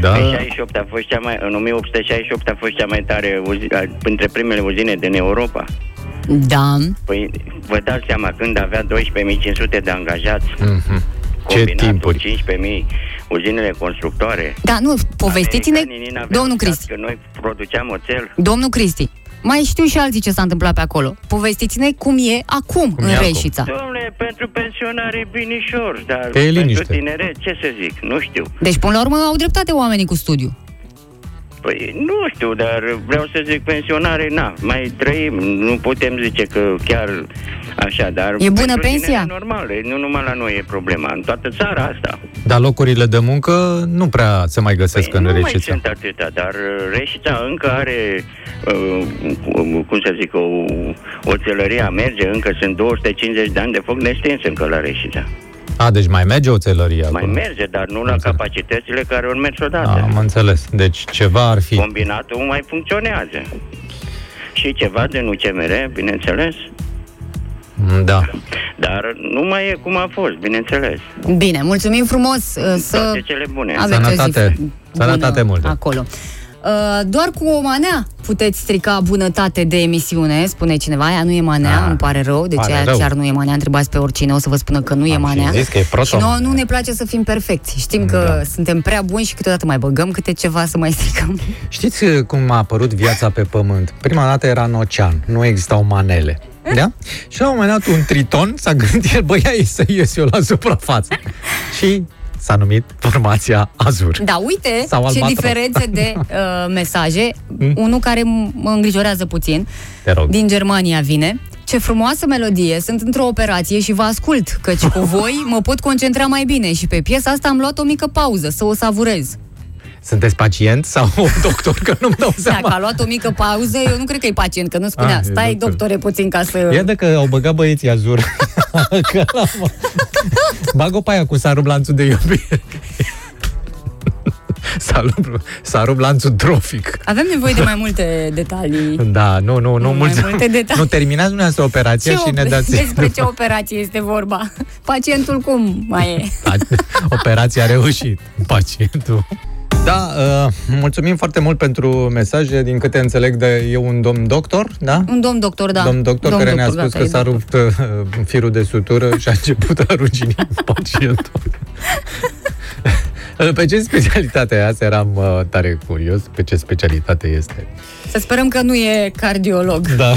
S3: Da.
S5: În, 68 a fost cea mai, în 1868 a fost cea mai tare uzi, a- între primele uzine din Europa.
S4: Da.
S5: Păi vă dați seama când avea 12.500 de angajați
S3: Mm-hmm.
S5: Ce timpuri 15.000 uzinele constructoare
S4: Da, nu, povestiți-ne,
S5: Americanii n-aveau
S4: domnul
S5: stat
S4: Cristi.
S5: Că noi produceam oțel
S4: Domnul Cristi, mai știu și alții ce s-a întâmplat pe acolo. Povestiți-ne cum e acum cum în Reșița.
S5: Domnule, pentru pensionari e binișor Dar
S4: Pe
S5: pentru
S4: liniște.
S5: tinere, ce să zic, nu știu
S4: Deci, până la urmă, au dreptate oamenii cu studiu.
S5: Păi nu știu, dar vreau să zic pensionare, na, mai trăim, nu putem zice că chiar așa, dar...
S4: E bună
S5: pentru
S4: pensia?
S5: tineri e Normal, e- nu numai la noi e problema, în toată țara asta.
S3: Dar locurile de muncă nu prea se mai găsesc în
S5: deci- Păi nu mai
S3: Reșița.
S5: sunt atâta, dar uh, Reșița încă are, uh, cum- cum să zic, o oțelăria merge, încă sunt 250 de ani de foc nestins încă la Reșița.
S3: A, deci mai merge oțelăria
S5: Mai
S3: acolo. Da,
S5: merge, dar nu la capacitățile care au mers odată.
S3: Am înțeles. Deci ceva ar fi.
S5: Combinatul mai funcționează. Și ceva din UCMR, bineînțeles,
S3: Da.
S5: dar nu mai e cum a fost, bineînțeles.
S4: Bine, mulțumim frumos uh, să
S5: Toate cele bune.
S4: aveți o zi
S3: Sănătate
S4: bună
S3: multă.
S4: Acolo. Uh, Doar cu o manea puteți strica bunătate de emisiune, spune cineva. Aia nu e manea,
S3: Ah,
S4: îmi pare rău, deci
S3: pare
S4: aia
S3: rău.
S4: chiar nu e manea. Întrebați pe oricine, o să vă spună că nu e manea.
S3: zis că e Da.
S4: și
S3: proto-manea.
S4: nouă nu ne place să fim perfecti. Știm că suntem prea buni și câteodată mai băgăm câte ceva să mai
S3: <laughs>
S4: stricăm.
S3: Știți uh, cum a apărut viața pe pământ? Prima dată era în ocean, nu existau manele. Da? Și la un moment dat un triton s-a gândit, băi, hai să ies eu la
S4: <laughs>
S3: suprafață. Și s-a numit formația Azur.
S4: Da, uite
S3: Sau
S4: ce
S3: albatros. Hmm?
S4: diferențe
S3: <laughs>
S4: de uh, mesaje. Unul care m- mă îngrijorează puțin.
S3: Te rog.
S4: Din Germania vine. Ce frumoasă melodie, sunt într-o operație și vă ascult, căci
S3: <laughs>
S4: cu voi mă pot concentra mai bine și pe piesa asta am luat o mică pauză, să o savurez.
S3: Sunteți pacient sau <laughs> un doctor? Că nu-mi dau seama.
S4: Dacă a luat o mică pauză, eu nu cred că e pacient, că nu spunea,
S3: Ah, e
S4: stai
S3: doctor."
S4: doctore puțin ca să...
S3: Ia dacă au băgat băieții
S4: <laughs>
S3: Azur. Că la- Bag-o pe aia cu s-a rupt lanțul de iubire. S-a rupt, s-a rupt lanțul trofic.
S4: Avem nevoie de mai multe detalii.
S3: Da, nu, nu, nu,
S4: Mai
S3: mulți,
S4: multe detalii.
S3: nu terminați dumneavoastră operația și ne
S4: op-
S3: dați
S4: <laughs> Despre ce operație este vorba? Pacientul cum mai e?
S3: operația a reușit, pacientul. Da, uh, mulțumim foarte mult pentru mesaje, din câte înțeleg de e un domn doctor, da?
S4: Un domn doctor, da.
S3: Domn doctor care ne-a spus
S4: gata,
S3: că
S4: e da.
S3: s-a rupt uh, firul de sutură și a început a rugini pacientul. Pe ce specialitate? Asta eram uh, tare curios. Pe ce specialitate este?
S4: Să sperăm că nu e cardiolog.
S3: Da.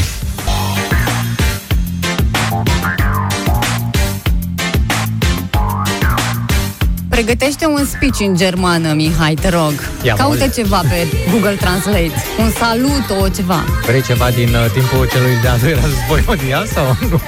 S4: Pregătește un speech în germană, Mihai, te rog.
S3: Ia, mă,
S4: Caută
S3: uite.
S4: ceva pe Google Translate. Un salut, o ceva.
S3: Vrei ceva din uh, timpul celui de-al doilea război mondial sau nu?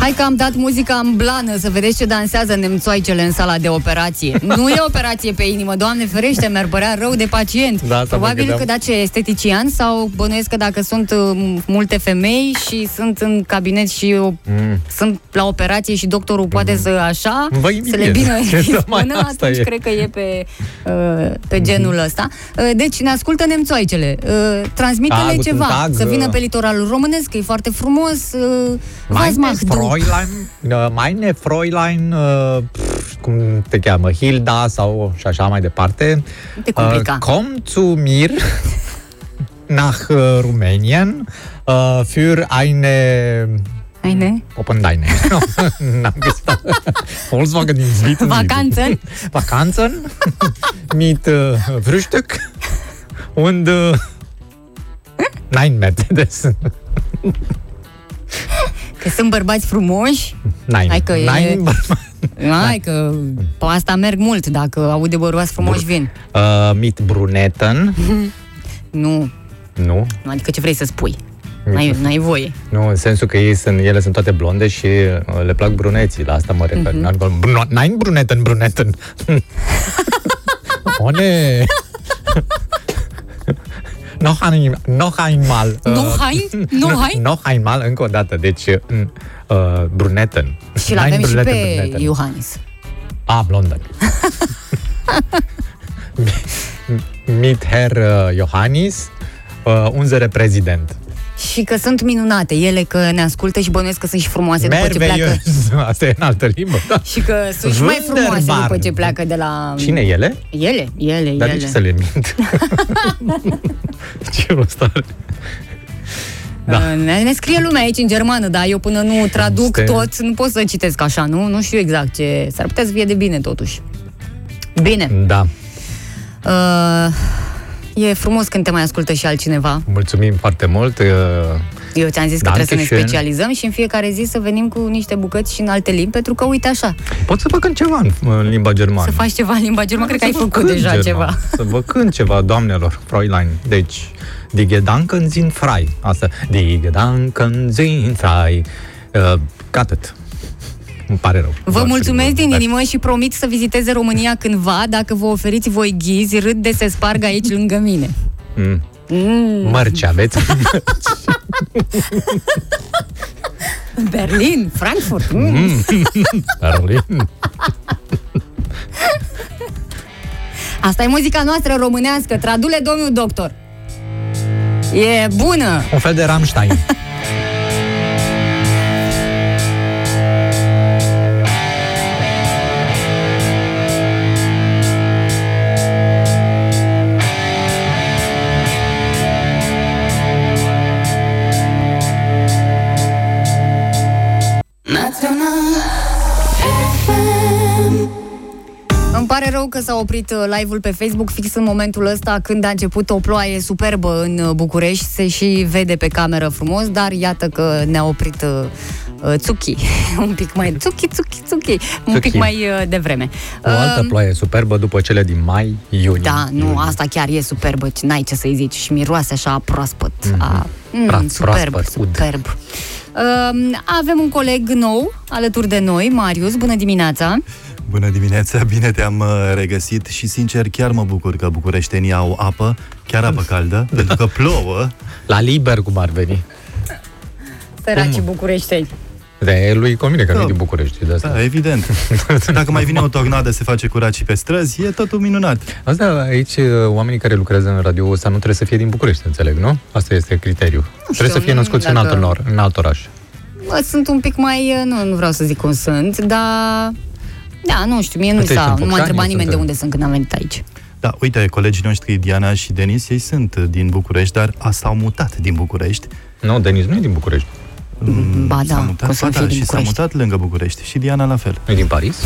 S4: Hai că că am dat muzica în blană Să vedeți ce dansează nemțoaicele în sala de operație Nu e operație pe inimă Doamne ferește, mi-ar părea rău de pacient
S3: Da, asta mă
S4: Probabil
S3: gândeam.
S4: că dace estetician Sau bănuiesc că dacă sunt um, multe femei Și sunt în cabinet și o,
S3: Mm.
S4: sunt la operație Și doctorul poate să așa
S3: Vă
S4: Să le
S3: imitez.
S4: vină
S3: Ce <laughs> să mai,
S4: până
S3: asta
S4: Atunci
S3: e. Mm-hmm.
S4: cred că e pe, uh, pe genul ăsta Uh, Deci ne ascultă nemțoaicele Uh, Transmite-le
S3: Tag,
S4: ceva
S3: tag.
S4: Să vină pe litoralul românesc Că e foarte frumos uh,
S3: Meine
S4: V-ați mahdut.
S3: Fräulein, uh, meine Fräulein, uh, pf, cum te cheamă, Hilda sau și așa mai departe.
S4: Te complica.
S3: Uh, komm zu mir <laughs> nach uh, Rumänien uh, für eine
S4: Haine.
S3: Open <laughs> Dine. N-am
S4: <laughs>
S3: găsit. Volkswagen din Zbit.
S4: Vacanzen.
S3: Vacanzen. <laughs> mit uh, Frühstück. Und uh, Nein, <laughs> Mercedes.
S4: Că sunt bărbați frumoși
S3: Nein.
S4: Hai că e-
S3: <laughs> Nein.
S4: Hai că pe asta merg mult Dacă aude bărbați frumoși vin
S3: Uh, mit Bruneten.
S4: Nu,
S3: <laughs> Nu.
S4: nu adică ce vrei să spui N-ai, n-ai voie
S3: Nu, în sensul că ei sunt, ele sunt toate blonde și uh, le plac bruneții, la asta mă refer.
S4: Mhm.
S3: Mm-hmm. N-am, n-ai bruneten,
S4: <laughs>
S3: bruneten. One! No, hai, no einmal.
S4: Noch ein- noch
S3: <laughs>
S4: ein?
S3: No einmal, încă o dată. Deci, uh, uh, bruneten.
S4: Și
S3: Nein,
S4: l-avem și
S3: bruneten,
S4: pe
S3: bruneten.
S4: Iohannis
S3: Ah, London. Mit Herr uh, Johannes, uh, unzere prezident.
S4: Și că sunt minunate ele Că ne ascultă și bănuiesc că sunt și frumoase După ce pleacă
S3: Merveilleuse. <laughs> Asta e în altă
S4: <laughs>
S3: limbă, da.
S4: Și că sunt și mai frumoase
S3: Wunderbar.
S4: După ce pleacă de la...
S3: Cine ele?
S4: Ele, ele,
S3: Dar de
S4: ele
S3: ce să le
S4: <laughs>
S3: mint? <laughs> ce rost are?
S4: Da. Ne ne scrie lumea aici în germană, dar eu până nu traduc
S3: Este-
S4: tot, nu pot să citesc așa, nu? Nu știu exact ce... S-ar putea să fie de bine, totuși. Bine.
S3: Da,
S4: Uh, e frumos când te mai ascultă și altcineva.
S3: mulțumim foarte mult. uh,
S4: Eu ți-am zis că
S3: Danke
S4: trebuie să ne
S3: schön.
S4: specializăm Da, și în fiecare zi să venim cu niște bucăți și în alte limbi, pentru că, uite așa,
S3: Pot să vă cânt ceva în, în limba germană.
S4: să faci ceva în limba germană, cred că ai
S3: Să vă
S4: făcut
S3: cânt
S4: deja
S3: germană,
S4: ceva.
S3: Să vă cânt ceva, doamnelor, Fräulein. Deci, die Gedanken sind frei. Asta, die Gedanken sind frei. Uh, atât. Îmi pare rău.
S4: Vă
S3: Doar
S4: mulțumesc din
S3: da.
S4: inimă și promit să viziteze România cândva dacă vă oferiți voi ghizi, râd de se sparg aici lângă mine.
S3: Mm.
S4: Mm.
S3: Mărci
S4: <laughs>
S3: aveți?
S4: Berlin, Frankfurt. Mm.
S3: Mm. Caroline.
S4: Asta e muzica noastră românească, tradule domnul doctor. E bună!
S3: Un fel de Rammstein.
S4: Îmi pare rău că s-a oprit uh, live-ul pe Facebook fix în momentul ăsta când a început o ploaie superbă în uh, București, se și vede pe cameră frumos, dar iată că ne-a oprit uh, uh, Tsuki, <laughs> un pic mai Tsuki, Tsuki, Tsuki, un pic
S3: Tsuki.
S4: mai uh, devreme.
S3: O altă
S4: Um,
S3: ploaie superbă după cele din mai, iunie.
S4: Da,
S14: Mm-hmm.
S4: nu, asta chiar e superbă, ce- n-ai ce să-i zici și miroase așa proaspăt.
S14: Mm-hmm.
S4: A, mm,
S3: Pra-
S4: superb,
S3: proaspăt, ud.
S4: superb. Um, avem un coleg nou alături de noi, Marius, bună dimineața!
S14: Bună dimineața, bine te-am uh, regăsit și sincer chiar mă bucur că bucureștenii au apă, chiar apă caldă, pentru că plouă.
S3: La liber cum ar veni.
S4: Săracii bucureșteni!
S3: De lui convine că da. nu e din București, de asta.
S14: Da, evident. Dacă mai vine o tornadă, se face curat și pe străzi, e totul minunat.
S3: Asta aici, uh, oamenii care lucrează în radio ăsta nu trebuie să fie din București, înțeleg, nu? Asta este criteriul. trebuie să fie născuți
S4: dacă-
S3: în, alt, nor, în alt oraș.
S4: Bă, Sunt un pic mai, uh, nu, nu vreau să zic cum sunt, dar... Da, nu știu, mie nu,
S14: Uite,
S4: s-a,
S14: sunt
S4: nu m-a
S14: focșani,
S4: întrebat nimeni
S14: sunt,
S4: de
S14: uh,
S4: unde sunt când am venit aici.
S14: Da, uite, colegii noștri Diana și Denis, ei sunt uh, din București, dar a, s-au mutat din București.
S3: Nu, Denis nu e din București.
S4: Ba
S14: S-a
S4: da,
S14: mutat,
S4: cum să
S14: ba
S4: nu
S14: da,
S4: fie din
S14: și s-a
S4: București.
S14: mutat lângă București și Diana la fel.
S3: E din Paris?
S4: <laughs>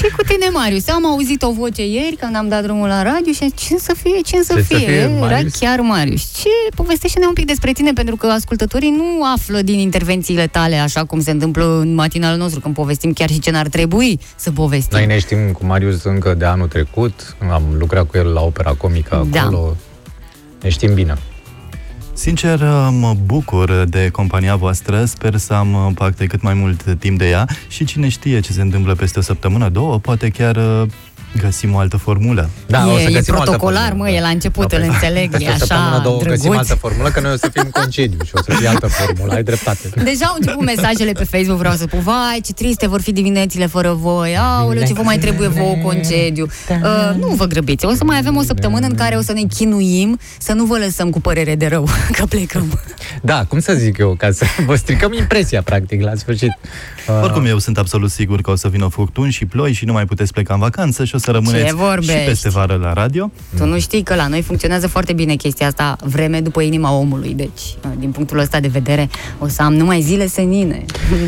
S4: ce cu tine, Marius? Am auzit o voce ieri când am dat drumul la radio și am zis, ce să fie, ce să
S14: Ce să
S4: fie?
S14: fie,
S4: Era
S14: Marius?
S4: chiar Marius. Ce? Povestește-ne un pic despre tine, pentru că ascultătorii nu află din intervențiile tale, așa cum se întâmplă în matinalul nostru, când povestim chiar și ce n-ar trebui să povestim.
S3: Noi ne știm cu Marius încă de anul trecut. Am lucrat cu el la opera comică
S4: Da.
S3: acolo. Ne știm bine.
S14: Sincer, uh, mă bucur de compania voastră, sper să am parte cât mai mult timp de ea și cine știe ce se întâmplă peste o săptămână, două, poate chiar uh, găsim o altă formulă.
S3: Da,
S4: e, e protocolar, mă, e la început,
S3: păi
S4: îl înțeleg, e
S3: Peste o
S4: așa
S3: săptămână, da. două găsim
S4: drăguț.
S3: altă formulă, că noi o să fim concediu și o să fie altă formulă. Ai dreptate.
S4: <laughs> Deja au început mesajele pe Facebook, vreau să spun, vai, ce triste vor fi diminețile fără voi, aoleu, ce vă mai trebuie vouă concediu. Uh, nu vă grăbiți, o să mai avem o săptămână în care o să ne chinuim să nu vă lăsăm cu părere de rău <laughs> că plecăm.
S3: Da, cum să zic eu, ca să <laughs> vă stricăm impresia, practic, la sfârșit. Uh,
S4: Ah.
S14: Oricum, eu sunt absolut sigur că o să vină furtuni și ploi și nu mai puteți pleca în vacanță și o să rămâneți și
S4: vorbești?
S14: peste vară la radio.
S4: Tu nu știi că la noi funcționează foarte bine chestia asta, vreme după inima omului, deci, uh, din punctul ăsta de vedere, o să am numai zile senine.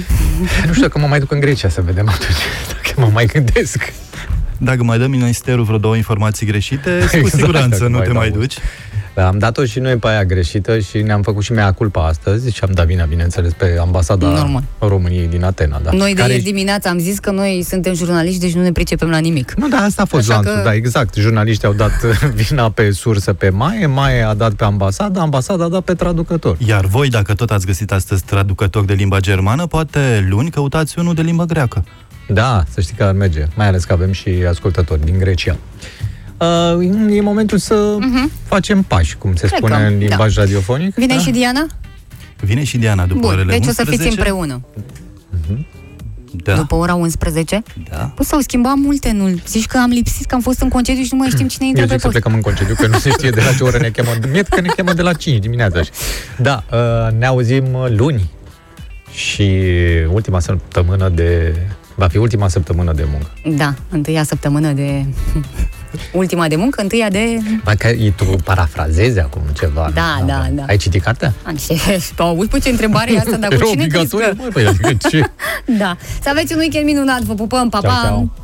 S3: <laughs> Nu știu dacă mă mai duc în Grecia să vedem atunci, <laughs> dacă mă mai gândesc.
S14: Dacă mai dă ministerul vreo două informații greșite,
S4: <laughs>
S14: cu
S4: Exact,
S14: siguranță
S3: dacă
S14: nu te
S3: dau.
S14: mai duci.
S3: Da, am dat-o și noi pe aia greșită și ne-am făcut și mea culpa astăzi și am dat vina, bineînțeles, pe ambasada
S4: Normal.
S3: României din Atena. Da.
S4: Noi de
S3: Care
S4: ieri dimineața am zis că noi suntem jurnaliști, deci nu ne pricepem la nimic.
S3: Nu, da, asta a fost
S4: Așa
S3: lanțul,
S4: că-
S3: da, exact. Jurnaliștii au dat <laughs> vina pe sursă pe Maie, Maie a dat pe ambasada, ambasada a dat pe traducător.
S14: Iar voi, dacă tot ați găsit astăzi traducător de limba germană, poate luni căutați unul de limba greacă.
S3: Da, să știi că ar merge, mai ales că avem și ascultători din Grecia. Uh, e momentul să uh-huh. facem pași, cum se
S4: Mhm. Cred
S3: spune
S4: că,
S3: în limbaj
S4: da.
S3: radiofonic.
S4: Vine
S3: da?
S4: și Diana?
S14: Vine și Diana după
S4: Bun,
S14: orele
S4: deci
S14: 11.
S4: o să fiți împreună.
S14: Da.
S4: După ora 11?
S14: Da.
S4: Păi s-au schimbat multe, nu zici că am lipsit, că am fost în concediu și nu mai
S3: <clears throat>
S4: știm cine intră
S3: Eu
S4: pe
S3: zic să
S4: post.
S3: plecăm în concediu, că nu se știe de la ce oră ne cheamă. Mie că ne cheamă de la 5 dimineața. așa. Da, uh, ne auzim uh, luni și ultima săptămână de... Va fi ultima săptămână de muncă.
S4: Da, întâia săptămână de... <laughs> Ultima de muncă, întâia de...
S3: Mai că e- tu parafrazezi acum ceva. nu?
S4: Da, da, da.
S3: Ai citit cartea?
S4: Am ce... <laughs> Auzi, păi ce întrebare e asta, dar cu
S3: Era
S4: cine crezi
S3: obligatoriu,
S4: că...
S3: mă, păi, adică ce?
S4: Da. Să aveți un weekend minunat, vă pupăm, pa, pa!
S3: Ciao, ciao.